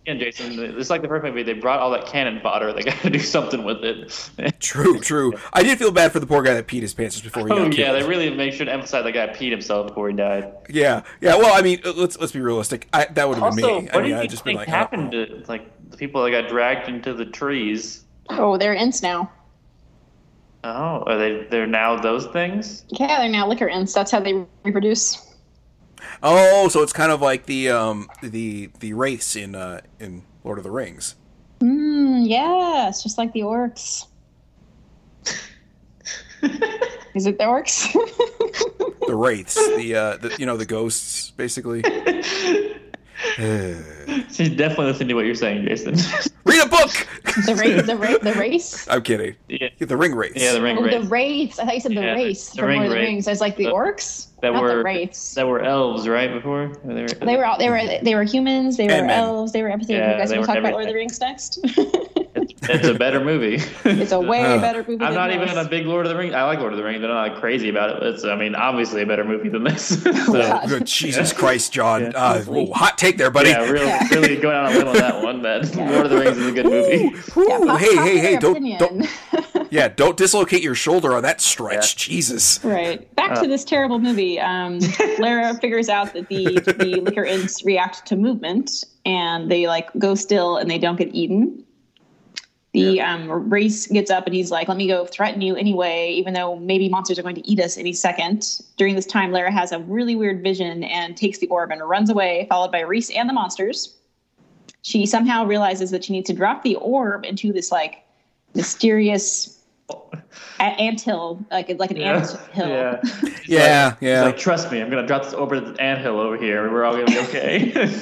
Speaker 2: yeah, Jason. It's like the first movie. They brought all that cannon fodder. They got to do something with it.
Speaker 3: True, true. I did feel bad for the poor guy that peed his pants just before he
Speaker 2: oh
Speaker 3: got
Speaker 2: yeah,
Speaker 3: killed.
Speaker 2: they really make sure to emphasize that guy peed himself before he died.
Speaker 3: yeah, yeah. Well, I mean, uh, let's let's be realistic. I, that would have been
Speaker 2: Also,
Speaker 3: me.
Speaker 2: what
Speaker 3: I
Speaker 2: do
Speaker 3: mean,
Speaker 2: you
Speaker 3: I'd
Speaker 2: think
Speaker 3: just been like, oh.
Speaker 2: happened to like the people that got dragged into the trees?
Speaker 1: oh they're ints now
Speaker 2: Oh, are they? They're now those things.
Speaker 1: yeah they're now liquor ints that's how they reproduce
Speaker 3: oh, so it's kind of like the um the the wraiths in uh in Lord of the Rings.
Speaker 1: mm, yeah it's just like the orcs is it the orcs
Speaker 3: The wraiths, the uh, the, you know, the ghosts, basically. Read
Speaker 2: She's definitely listening to what you're saying, Jason.
Speaker 3: a book.
Speaker 1: the race the race the race
Speaker 3: I'm kidding.
Speaker 2: yeah,
Speaker 3: Yeah, the ring wraiths.
Speaker 2: yeah, the ring
Speaker 1: Oh,
Speaker 2: race
Speaker 1: the wraiths. I thought you said the
Speaker 2: Yeah,
Speaker 1: race
Speaker 2: the
Speaker 1: from Lord of the
Speaker 2: ring
Speaker 1: Rings. I was like the
Speaker 2: The-
Speaker 1: orcs,
Speaker 2: that
Speaker 1: not
Speaker 2: were-
Speaker 1: the wraiths.
Speaker 2: that were elves, right? Before Or they were,
Speaker 1: They were all they were they were humans. They were
Speaker 3: And men.
Speaker 1: elves. They were everything.
Speaker 2: Yeah,
Speaker 1: you guys
Speaker 2: they
Speaker 1: want
Speaker 2: were
Speaker 1: to talk about Lord of the Rings next?
Speaker 2: It's a better movie.
Speaker 1: It's a way
Speaker 3: Ugh.
Speaker 1: better movie.
Speaker 2: I'm
Speaker 1: than
Speaker 2: not
Speaker 1: this.
Speaker 2: even a big Lord of the Rings. I like Lord of the Rings, but I'm not crazy about it. But it's, I mean, obviously a better movie than this. so,
Speaker 1: Yeah.
Speaker 3: Oh, good Jesus Christ, John.
Speaker 2: Yeah.
Speaker 3: Uh, whoa, hot take there, buddy.
Speaker 2: yeah, really,
Speaker 1: Yeah.
Speaker 2: really going out on a limb on that one. That Lord of the Rings is a good movie.
Speaker 3: Ooh,
Speaker 1: Yeah, pop-
Speaker 3: hey,
Speaker 1: popular
Speaker 3: hey, hey! Don't,
Speaker 1: opinion.
Speaker 3: don't, yeah, don't dislocate your shoulder on that stretch,
Speaker 2: Yeah.
Speaker 3: Jesus.
Speaker 1: right. Back
Speaker 2: Uh,
Speaker 1: to this terrible movie. Um, Lara figures out that the the liquor ints react to movement, and they like go still, and they don't get eaten. The um, race gets up, and he's like, "Let me go threaten you anyway, even though maybe monsters are going to eat us any second. During this time, Lara has a really weird vision and takes the orb and runs away, followed by Reese and the monsters. She somehow realizes that she needs to drop the orb into this like mysterious a- ant hill, like like an ant hill.
Speaker 2: Oh. yeah.
Speaker 3: Yeah,
Speaker 2: It's
Speaker 3: yeah.
Speaker 2: Like, trust me, I'm gonna drop this over to the anthill over here, and we're all gonna be okay.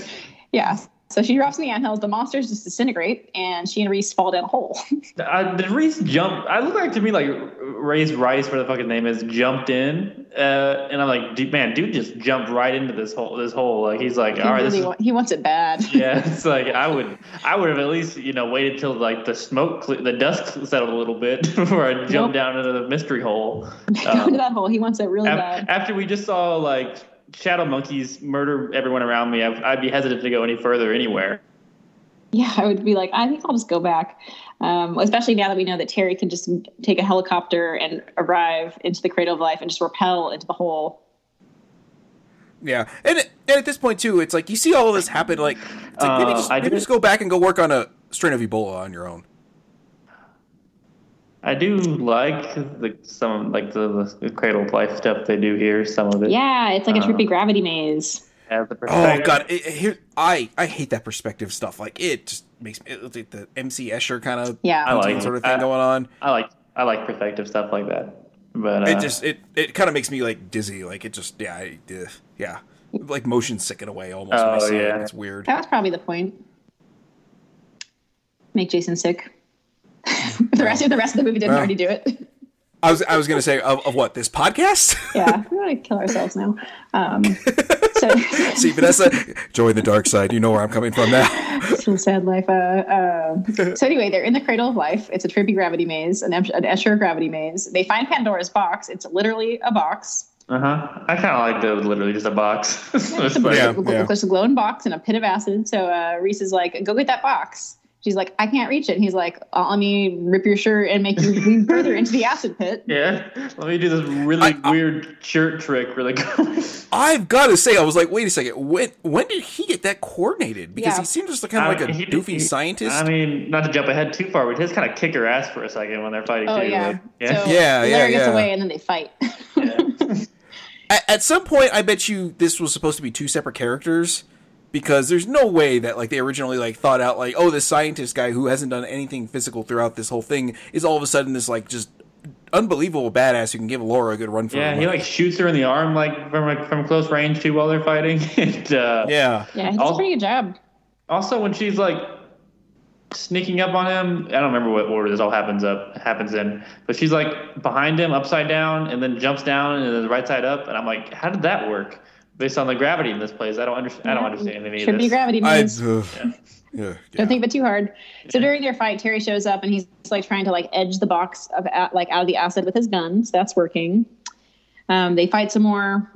Speaker 1: Yeah. So she drops in the anthills, the monsters just disintegrate, and she and Reese fall down a hole.
Speaker 2: I, did Reese jump? I look like to me like Ray's Rice, whatever the fucking name is, jumped in, uh, and I'm like, dude, man, dude just jumped right into this hole. This hole, like he's like,
Speaker 1: he,
Speaker 2: all right, this
Speaker 1: really
Speaker 2: is
Speaker 1: wa- he wants it bad.
Speaker 2: yeah, it's like I would, I would have at least you know waited till like the smoke, cle- the dust settled a little bit before I jumped
Speaker 1: Nope.
Speaker 2: down into the mystery hole.
Speaker 1: Go
Speaker 2: Um,
Speaker 1: into that hole. He wants it really
Speaker 2: af-
Speaker 1: bad.
Speaker 2: after we just saw like shadow monkeys murder everyone around me, I, I'd be hesitant to go any further anywhere.
Speaker 1: Yeah, I would be like, I think I'll just go back. Um, especially now that we know that Terry can just take a helicopter and arrive into the cradle of life and just rappel into the hole.
Speaker 3: Yeah, and and at this point too, it's like you see all of this happen. Like, it's like maybe
Speaker 2: Uh,
Speaker 3: just
Speaker 2: I
Speaker 3: maybe
Speaker 2: did-
Speaker 3: just go back and go work on a strain of Ebola on your own.
Speaker 2: I do like the some like the, the cradle of life stuff they do here. Some of it,
Speaker 1: Yeah, it's like a
Speaker 2: Uh,
Speaker 1: trippy gravity maze.
Speaker 2: has the
Speaker 3: Oh
Speaker 2: perspective.
Speaker 3: God, it, it- here I I hate that perspective stuff. Like it just makes me it's like the MC Escher kind of
Speaker 1: Yeah. I
Speaker 2: like
Speaker 3: sort
Speaker 2: it.
Speaker 3: of thing
Speaker 2: I-
Speaker 3: going on.
Speaker 2: I like I like perspective stuff like that. But uh,
Speaker 3: It just it it kind of makes me like dizzy. Like it just yeah I, ugh, yeah like motion sick in a way almost. when I
Speaker 2: Oh,
Speaker 3: see it.
Speaker 2: yeah.
Speaker 3: it's weird.
Speaker 1: That was probably the point. Make Jason sick. the rest of the rest of the movie didn't
Speaker 3: Well.
Speaker 1: already do it.
Speaker 3: I was I was gonna say of, of what this podcast.
Speaker 1: yeah, we want to kill ourselves now. Um, so,
Speaker 3: see Vanessa, join the dark side. You know where I'm coming from now.
Speaker 1: so sad life. Uh, uh, so anyway, they're in the cradle of life. It's a trippy gravity maze, an, Esch- an Escher gravity maze. They find Pandora's box. It's literally a box.
Speaker 2: uh huh. I kind of like the literally just a box. It's
Speaker 1: It's a,
Speaker 2: like-
Speaker 3: Yeah,
Speaker 1: gl-
Speaker 3: yeah.
Speaker 1: There's a glowing box and a pit of acid. So uh, Reese is like, "Go get that box." She's like, I can't reach it. And he's like, "Uh, let me rip your shirt and make you lean further into the acid pit.
Speaker 2: Yeah. Let me do this really
Speaker 3: I- I-
Speaker 2: weird shirt trick really quick.
Speaker 3: I've got to say, I was like, wait a second, when when did he get that coordinated? Because
Speaker 1: Yeah.
Speaker 3: he seemed just kind
Speaker 2: I
Speaker 3: of like
Speaker 2: mean,
Speaker 3: a
Speaker 2: Uh, he-
Speaker 3: doofy
Speaker 2: he-
Speaker 3: scientist.
Speaker 2: I mean, not to jump ahead too far, but he just kind of kick her ass for a second when they're fighting
Speaker 1: Oh
Speaker 2: too.
Speaker 1: yeah.
Speaker 2: like, yeah.
Speaker 1: So
Speaker 3: Yeah, yeah,
Speaker 1: Larry gets
Speaker 3: yeah.
Speaker 1: away and then they fight.
Speaker 3: at, at some point, I bet you this was supposed to be two separate characters because there's no way that like they originally like thought out like oh this scientist guy who hasn't done anything physical throughout this whole thing is all of a sudden this like just unbelievable badass who can give Laura a good run for her
Speaker 2: Yeah, he
Speaker 3: money.
Speaker 2: like shoots her in the arm like from like, from close range too while they're fighting. and, uh,
Speaker 3: yeah
Speaker 1: yeah, he does a
Speaker 2: Also-
Speaker 1: pretty good job.
Speaker 2: Also, when she's like sneaking up on him, I don't remember what order this all happens up happens in, but she's like behind him, upside down, and then jumps down and then right side up, and I'm like, how did that work? Based on the gravity in this place, I don't understand. I don't understand any
Speaker 1: Should
Speaker 2: of
Speaker 1: be
Speaker 2: this.
Speaker 1: gravity
Speaker 3: I
Speaker 1: means.
Speaker 3: ugh. yeah, yeah.
Speaker 1: Don't think of it too hard. So during their fight, Terry shows up and he's like trying to like edge the box of a- like out of the acid with his gun. So that's working. Um, they fight some more.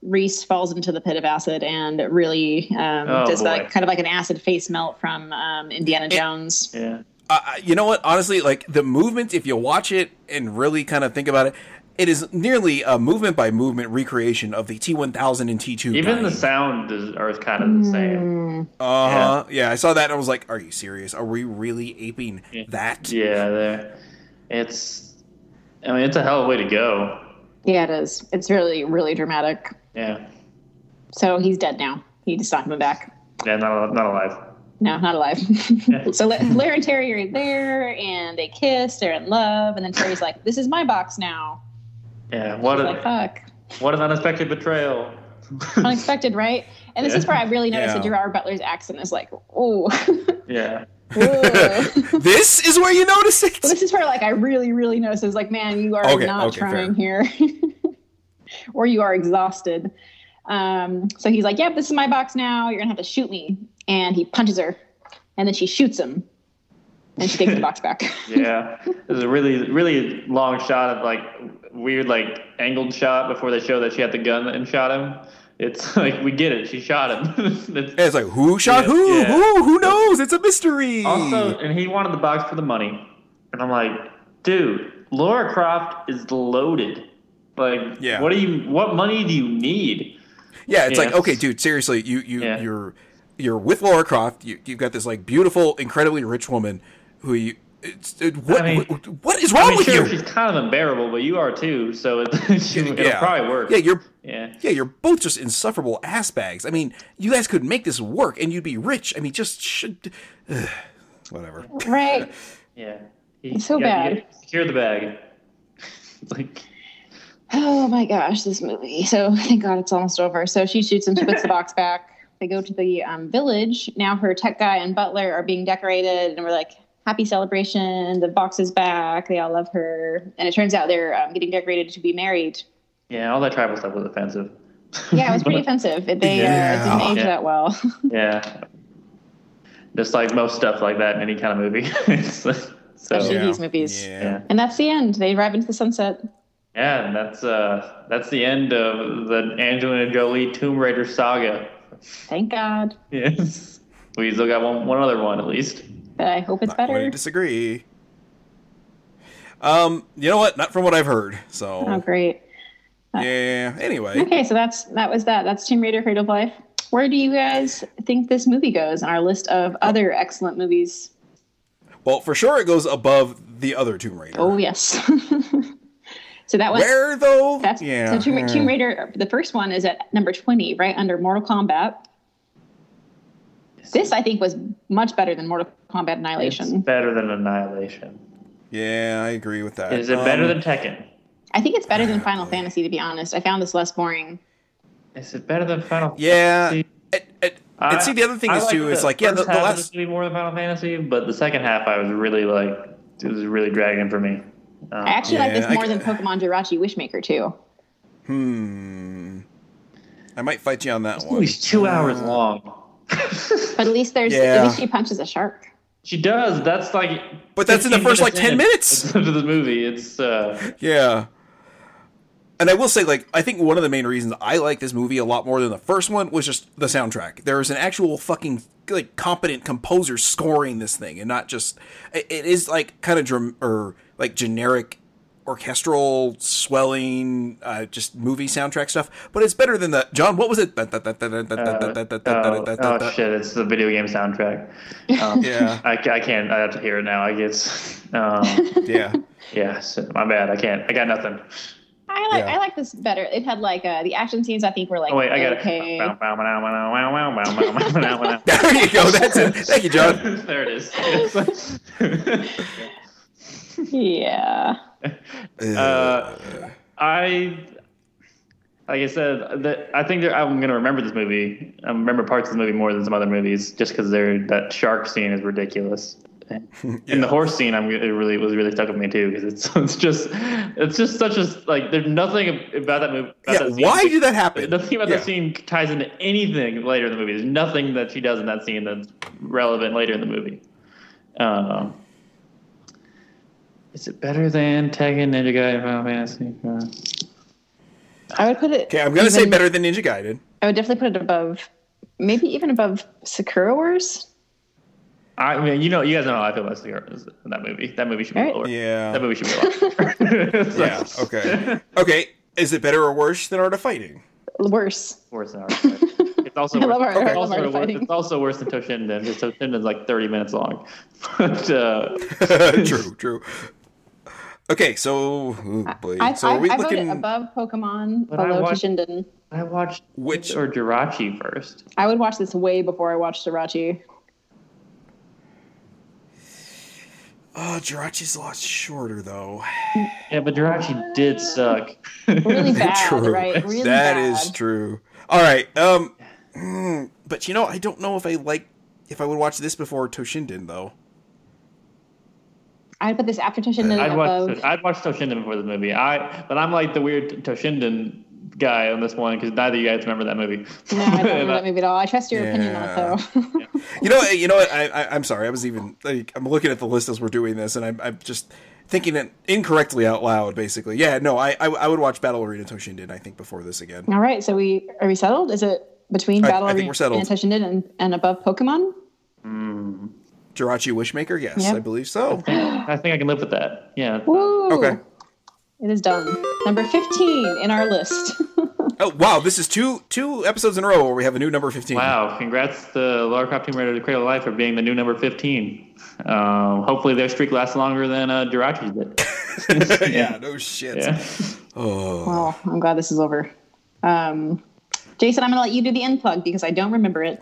Speaker 1: Reese falls into the pit of acid and really um,
Speaker 2: Oh,
Speaker 1: does
Speaker 2: boy.
Speaker 1: like kind of like an acid face melt from um, Indiana Jones.
Speaker 2: yeah,
Speaker 3: I- I- you know what? Honestly, like the movement, if you watch it and really kind of think about it, it is nearly a movement by movement recreation of the T1000 and T2.
Speaker 2: even the sound is, are kind of the
Speaker 1: Hmm.
Speaker 2: same.
Speaker 3: Uh huh. Yeah. I saw that and I was like, "Are you serious? Are we really aping
Speaker 2: Yeah.
Speaker 3: that?"
Speaker 2: Yeah, there. It's. I mean, it's a hell of a way to go.
Speaker 1: Yeah, it is. It's really really dramatic.
Speaker 2: Yeah,
Speaker 1: So he's dead now. He just not coming back.
Speaker 2: yeah, not al- not alive.
Speaker 1: No, not alive.
Speaker 2: Yeah.
Speaker 1: so La- Larry and Terry are there, and they kiss. They're in love, and then Terry's like, "This is my box now."
Speaker 2: Yeah, what
Speaker 1: Like,
Speaker 2: a
Speaker 1: fuck,
Speaker 2: what an unexpected betrayal.
Speaker 1: unexpected, right? And this is where I really noticed
Speaker 3: Yeah.
Speaker 1: that Gerard Butler's accent is like, "Oh,
Speaker 2: yeah,
Speaker 1: well,
Speaker 3: this is where you notice it.
Speaker 1: this is where like I really, really noticed. It's like, man, you are
Speaker 3: Okay,
Speaker 1: not
Speaker 3: okay,
Speaker 1: trying here, or you are exhausted." Um, so he's like, "Yep, this is my box now. You're gonna have to shoot me," and he punches her, and then she shoots him, and she takes the box back.
Speaker 2: yeah. There's a really really long shot of like weird like angled shot before they show that she had the gun and shot him. It's like we get it. She shot him.
Speaker 3: And
Speaker 2: It's-
Speaker 3: it's like who shot
Speaker 2: Yeah,
Speaker 3: who?
Speaker 2: yeah.
Speaker 3: Who? Who knows? It's a mystery.
Speaker 2: also, and he wanted the box for the money, and I'm like, dude, Laura Croft is loaded. Like,
Speaker 3: Yeah.
Speaker 2: what do you? What money do you need?
Speaker 3: yeah. It's like
Speaker 2: yeah.
Speaker 3: okay, dude. Seriously, you you
Speaker 2: Yeah.
Speaker 3: you're you're with Laura Croft. You you've got this like beautiful, incredibly rich woman who you. It's, it, what,
Speaker 2: mean-
Speaker 3: what what is wrong
Speaker 2: I mean,
Speaker 3: with
Speaker 2: sure,
Speaker 3: you?
Speaker 2: she's kind of unbearable, but you are too. So it, she, it'll probably work.
Speaker 3: Yeah, you're
Speaker 2: yeah.
Speaker 3: yeah, you're both just insufferable ass bags. I mean, you guys could make this work, and you'd be rich. I mean, just should, whatever.
Speaker 1: right.
Speaker 2: Yeah. He-
Speaker 1: It's so
Speaker 2: you
Speaker 1: bad.
Speaker 2: gotta- you gotta Secure the bag. like,
Speaker 1: Oh my gosh, this movie. So thank God it's almost over. So she shoots him, she puts the box back. They go to the um, village. Now her tech guy and butler are being decorated, and we're like, happy celebration. The box is back. They all love her. And it turns out they're um, getting decorated to be married.
Speaker 2: yeah, all that tribal stuff was offensive.
Speaker 1: Yeah, it was pretty offensive. They
Speaker 3: Yeah.
Speaker 1: uh, didn't age
Speaker 2: Yeah.
Speaker 1: that well.
Speaker 2: yeah. Just like most stuff like that in any kind of movie. so,
Speaker 1: Especially
Speaker 2: yeah.
Speaker 3: Yeah.
Speaker 1: these movies.
Speaker 2: yeah.
Speaker 1: And that's the end. They drive into the sunset.
Speaker 2: and that's uh that's the end of the Angelina Jolie Tomb Raider saga.
Speaker 1: Thank God.
Speaker 2: Yes. We still got one one other one at least.
Speaker 1: But I hope it's
Speaker 3: Not going
Speaker 1: better.
Speaker 3: to disagree. Um, you know what? Not from what I've heard. So
Speaker 1: Oh, great.
Speaker 3: yeah. Anyway,
Speaker 1: Okay, so that's that was that. That's Tomb Raider: Cradle of Life. Where do you guys think this movie goes on our list of other excellent movies?
Speaker 3: well, for sure it goes above the other Tomb Raider.
Speaker 1: Oh yes. so that was
Speaker 3: Where though?
Speaker 1: that's
Speaker 3: yeah. hmm.
Speaker 1: so Tomb,
Speaker 3: yeah.
Speaker 1: Tomb Raider. The first one is at number twenty, right under Mortal Kombat. This I think was much better than Mortal Kombat
Speaker 2: It's
Speaker 1: Annihilation.
Speaker 2: better than Annihilation.
Speaker 3: Yeah, I agree with that.
Speaker 2: Is it
Speaker 3: Um,
Speaker 2: better than Tekken?
Speaker 1: I think it's better than Final Fantasy, to be honest. I found this less boring.
Speaker 2: Is it better than Final
Speaker 3: Yeah.
Speaker 2: Fantasy?
Speaker 3: And, and,
Speaker 2: I-
Speaker 3: and see, the other thing
Speaker 2: I
Speaker 3: is
Speaker 2: liked
Speaker 3: too is like yeah, the,
Speaker 2: first
Speaker 3: the
Speaker 2: half of
Speaker 3: last
Speaker 2: this movie more than Final Fantasy, but the second half I was really like it was really dragging for me. Um,
Speaker 1: I actually like
Speaker 3: Yeah,
Speaker 1: this
Speaker 3: I
Speaker 1: more
Speaker 3: c-
Speaker 1: than Pokemon Jirachi Wishmaker too.
Speaker 3: Hmm. I might fight you on that
Speaker 2: this
Speaker 3: one.
Speaker 2: movie's two
Speaker 3: Mm.
Speaker 2: hours long.
Speaker 1: But at least there's
Speaker 3: Yeah.
Speaker 1: at least she punches a shark.
Speaker 2: she does. That's like.
Speaker 3: But that's in the
Speaker 2: 15
Speaker 3: first, like, 10 minutes.
Speaker 2: into the movie. It's uh,
Speaker 3: Yeah. And I will say, like, I think one of the main reasons I like this movie a lot more than the first one was just the soundtrack. There is an actual fucking like competent composer scoring this thing, and not just it, it is like kind of drum or like generic orchestral swelling, uh, just movie soundtrack stuff. But it's better than the John. What was it?
Speaker 2: Oh, oh, shit! It's the video game soundtrack. Um,
Speaker 3: Yeah,
Speaker 2: I, ca- I can't. I have to hear it now. I guess. Um,
Speaker 3: yeah.
Speaker 2: yeah, shit, my bad. I can't. I got nothing.
Speaker 1: I like
Speaker 3: Yeah.
Speaker 1: I like this better. It had like uh, the action scenes. I think were like
Speaker 2: Oh wait, I got
Speaker 1: okay.
Speaker 2: it.
Speaker 3: There you go. That's it. Thank you, John.
Speaker 2: there it is.
Speaker 1: Yeah.
Speaker 2: Uh, I, like I said, that I think that I'm gonna remember this movie. I remember parts of the movie more than some other movies, just because they're that shark scene is ridiculous. And the horse scene, I'm it really was really stuck with me too because it's it's just it's just such a like there's nothing about that movie. About
Speaker 3: yeah,
Speaker 2: that scene
Speaker 3: why did that happen?
Speaker 2: Nothing about
Speaker 3: yeah.
Speaker 2: that scene ties into anything later in the movie. There's nothing that she does in that scene that's relevant later in the movie. Um, is it better than Tekken Ninja Gaiden Final Fantasy? Uh,
Speaker 1: I would put it.
Speaker 3: Okay, I'm gonna say
Speaker 1: even-
Speaker 3: better than Ninja Gaiden.
Speaker 1: I would definitely put it above, maybe even above Sakura Wars.
Speaker 2: I mean, you know, you guys know how I feel about Sakura- that movie. That movie should be
Speaker 1: Right.
Speaker 2: lower. That
Speaker 3: Yeah.
Speaker 2: movie should be lower. So-
Speaker 3: Yeah. Okay. Okay. Is it better or worse than Art of Fighting?
Speaker 1: Worse.
Speaker 2: Worse than Art of Fighting. It's also
Speaker 1: I
Speaker 2: worse.
Speaker 1: love Art- I love Art
Speaker 2: it's, also
Speaker 1: of
Speaker 2: worse
Speaker 1: Fighting.
Speaker 2: it's also worse than Toshinden because Toshinden's like 30 minutes long. but uh,
Speaker 3: true. True. Okay. So, ooh, boy.
Speaker 1: I,
Speaker 3: so
Speaker 1: I,
Speaker 3: are we
Speaker 1: I voted
Speaker 3: looking?
Speaker 1: above Pokemon,
Speaker 2: But I
Speaker 1: below
Speaker 2: watched-
Speaker 1: Toshinden.
Speaker 2: I watched
Speaker 3: Which-
Speaker 2: or Jirachi first.
Speaker 1: I would watch this way before I watched Srirachi.
Speaker 3: oh, Jirachi's a lot shorter though.
Speaker 2: Yeah, but Jirachi did suck.
Speaker 1: Really bad,
Speaker 3: true.
Speaker 1: right? Really
Speaker 3: That
Speaker 1: bad.
Speaker 3: is true. All right. Um, mm, but you know, I don't know if I like if I would watch this before Toshinden though.
Speaker 1: I'd put this after Toshinden
Speaker 2: I'd
Speaker 1: above.
Speaker 2: watch I'd watch Toshinden before this movie. I but I'm like the weird Toshinden guy on this one because neither of you guys remember that
Speaker 1: No,
Speaker 2: movie.
Speaker 1: I don't
Speaker 2: And
Speaker 1: remember
Speaker 2: I-
Speaker 1: that movie at all. I trust your opinion
Speaker 3: Yeah.
Speaker 1: also.
Speaker 3: You know, you know what? I, I, I'm sorry. I was even like, I'm looking at the list as we're doing this, and I'm, I'm just thinking it incorrectly out loud. Basically, yeah. No, I, I, I would watch Battle Arena Toshinden. I think before this again.
Speaker 1: all right, so we are we settled? Is it between
Speaker 3: I-
Speaker 1: Battle
Speaker 3: I think
Speaker 1: Arena
Speaker 3: we're settled.
Speaker 1: and Toshinden and, and above Pokemon?
Speaker 3: Jirachi Wishmaker. Yes,
Speaker 1: Yep.
Speaker 3: I believe so.
Speaker 2: I think I can live with that. Yeah.
Speaker 1: Woo!
Speaker 3: Okay.
Speaker 1: It is done. Number 15 in our list.
Speaker 3: Oh wow, this is two two episodes in a row where we have a new number fifteen.
Speaker 2: Wow! Congrats to Lara Croft Tomb Raider: The Cradle of Life for being the new number fifteen. Um, hopefully, their streak lasts longer than uh, Jirachi's did.
Speaker 3: yeah, no shit.
Speaker 2: Yeah.
Speaker 3: Oh,
Speaker 1: well, I'm glad this is over. Um, Jason, I'm going to let you do the end plug because I don't remember it.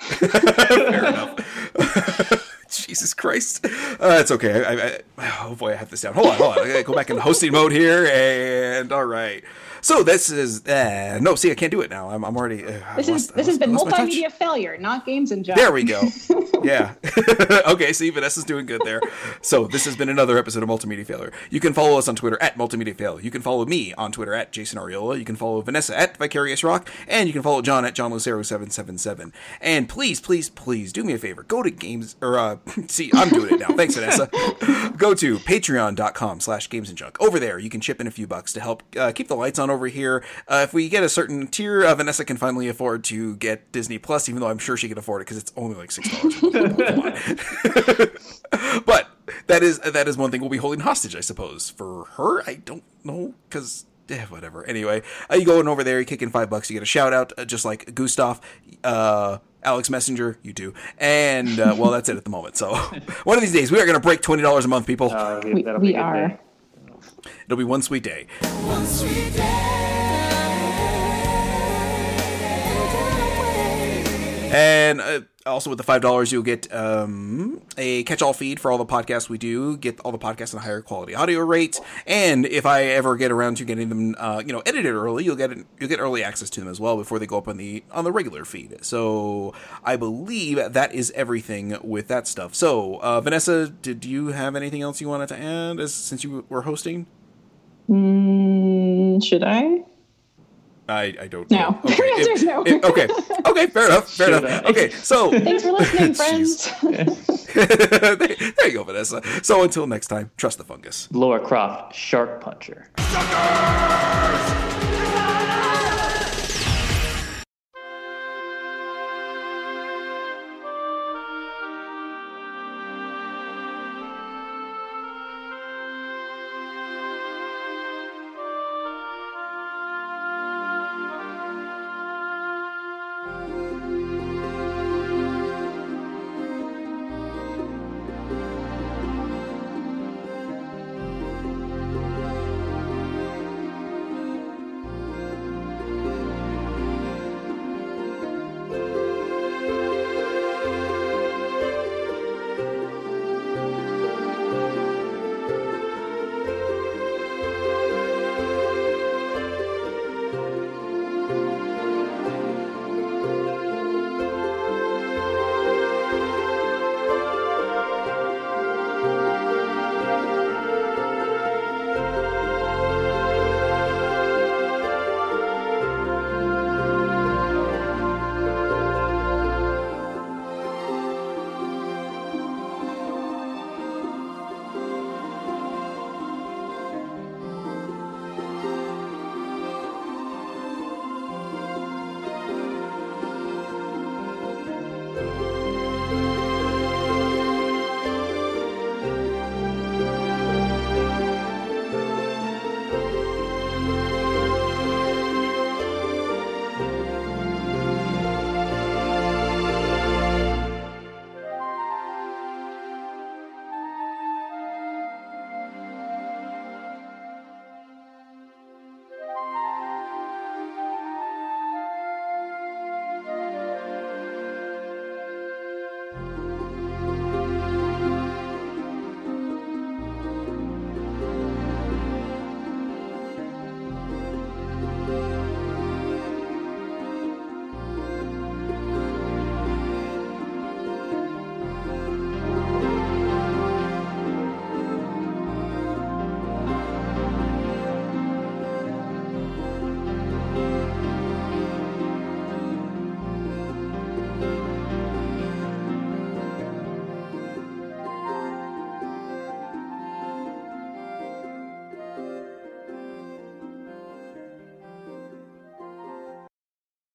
Speaker 3: fair enough. Jesus Christ, uh, it's okay. I, I, oh boy, I have this down. Hold on, hold on. I gotta go back in hosting mode here, and all right. So this is uh, no. See, I can't do it now. I'm, I'm already. Uh, I
Speaker 1: This is
Speaker 3: lost- I
Speaker 1: this has
Speaker 3: lost- I
Speaker 1: been
Speaker 3: lost my touch.
Speaker 1: multimedia failure, not games and jobs.
Speaker 3: There we go. Yeah. okay, see, Vanessa's doing good there. So, this has been another episode of Multimedia Failure. You can follow us on Twitter at Multimedia Fail. You can follow me on Twitter at Jason Ariola. You can follow Vanessa at Vicarious Rock. And you can follow John at John Lucero777. And please, please, please do me a favor. Go to games, or, uh, see, I'm doing it now. Thanks, Vanessa. go to patreon.com slash games and junk. Over there, you can chip in a few bucks to help uh, keep the lights on over here. Uh, if we get a certain tier, uh, Vanessa can finally afford to get Disney Plus, even though I'm sure she can afford it because it's only like six dollars. but that is that is one thing we'll be holding hostage, I suppose. For her, I don't know because. whatever. Anyway, uh, you go on over there, you kick in five bucks, you get a shout out, uh, just like Gustav, uh, Alex Messenger, you do. And, uh, well, that's it at the moment. So, one of these days, we are going to break $20 a month, people.
Speaker 2: Uh,
Speaker 1: We-
Speaker 2: that'll
Speaker 1: we
Speaker 2: be a good
Speaker 1: are.
Speaker 2: day.
Speaker 3: It'll be one sweet day.
Speaker 4: One sweet day, and away.
Speaker 3: And uh, also with the five dollars, you'll get um, a catch-all feed for all the podcasts we do. Get all the podcasts in a higher quality audio rate. And if I ever get around to getting them, uh, you know, edited early, you'll get you'll get early access to them as well before they go up on the on the regular feed. So I believe that is everything with that stuff. So uh, Vanessa, did you have anything else you wanted to add as, since you were hosting?
Speaker 1: Mm, should I?
Speaker 3: I, I don't
Speaker 1: No.
Speaker 3: know. Okay.
Speaker 1: Your answer is no.
Speaker 3: okay. Okay. Fair enough. Fair
Speaker 2: Should
Speaker 3: enough.
Speaker 2: I?
Speaker 3: Okay. So
Speaker 1: Thanks for listening, friends.
Speaker 3: there you go, Vanessa. So until next time, trust the fungus.
Speaker 2: Laura Croft, Shark Puncher.
Speaker 3: Suckers!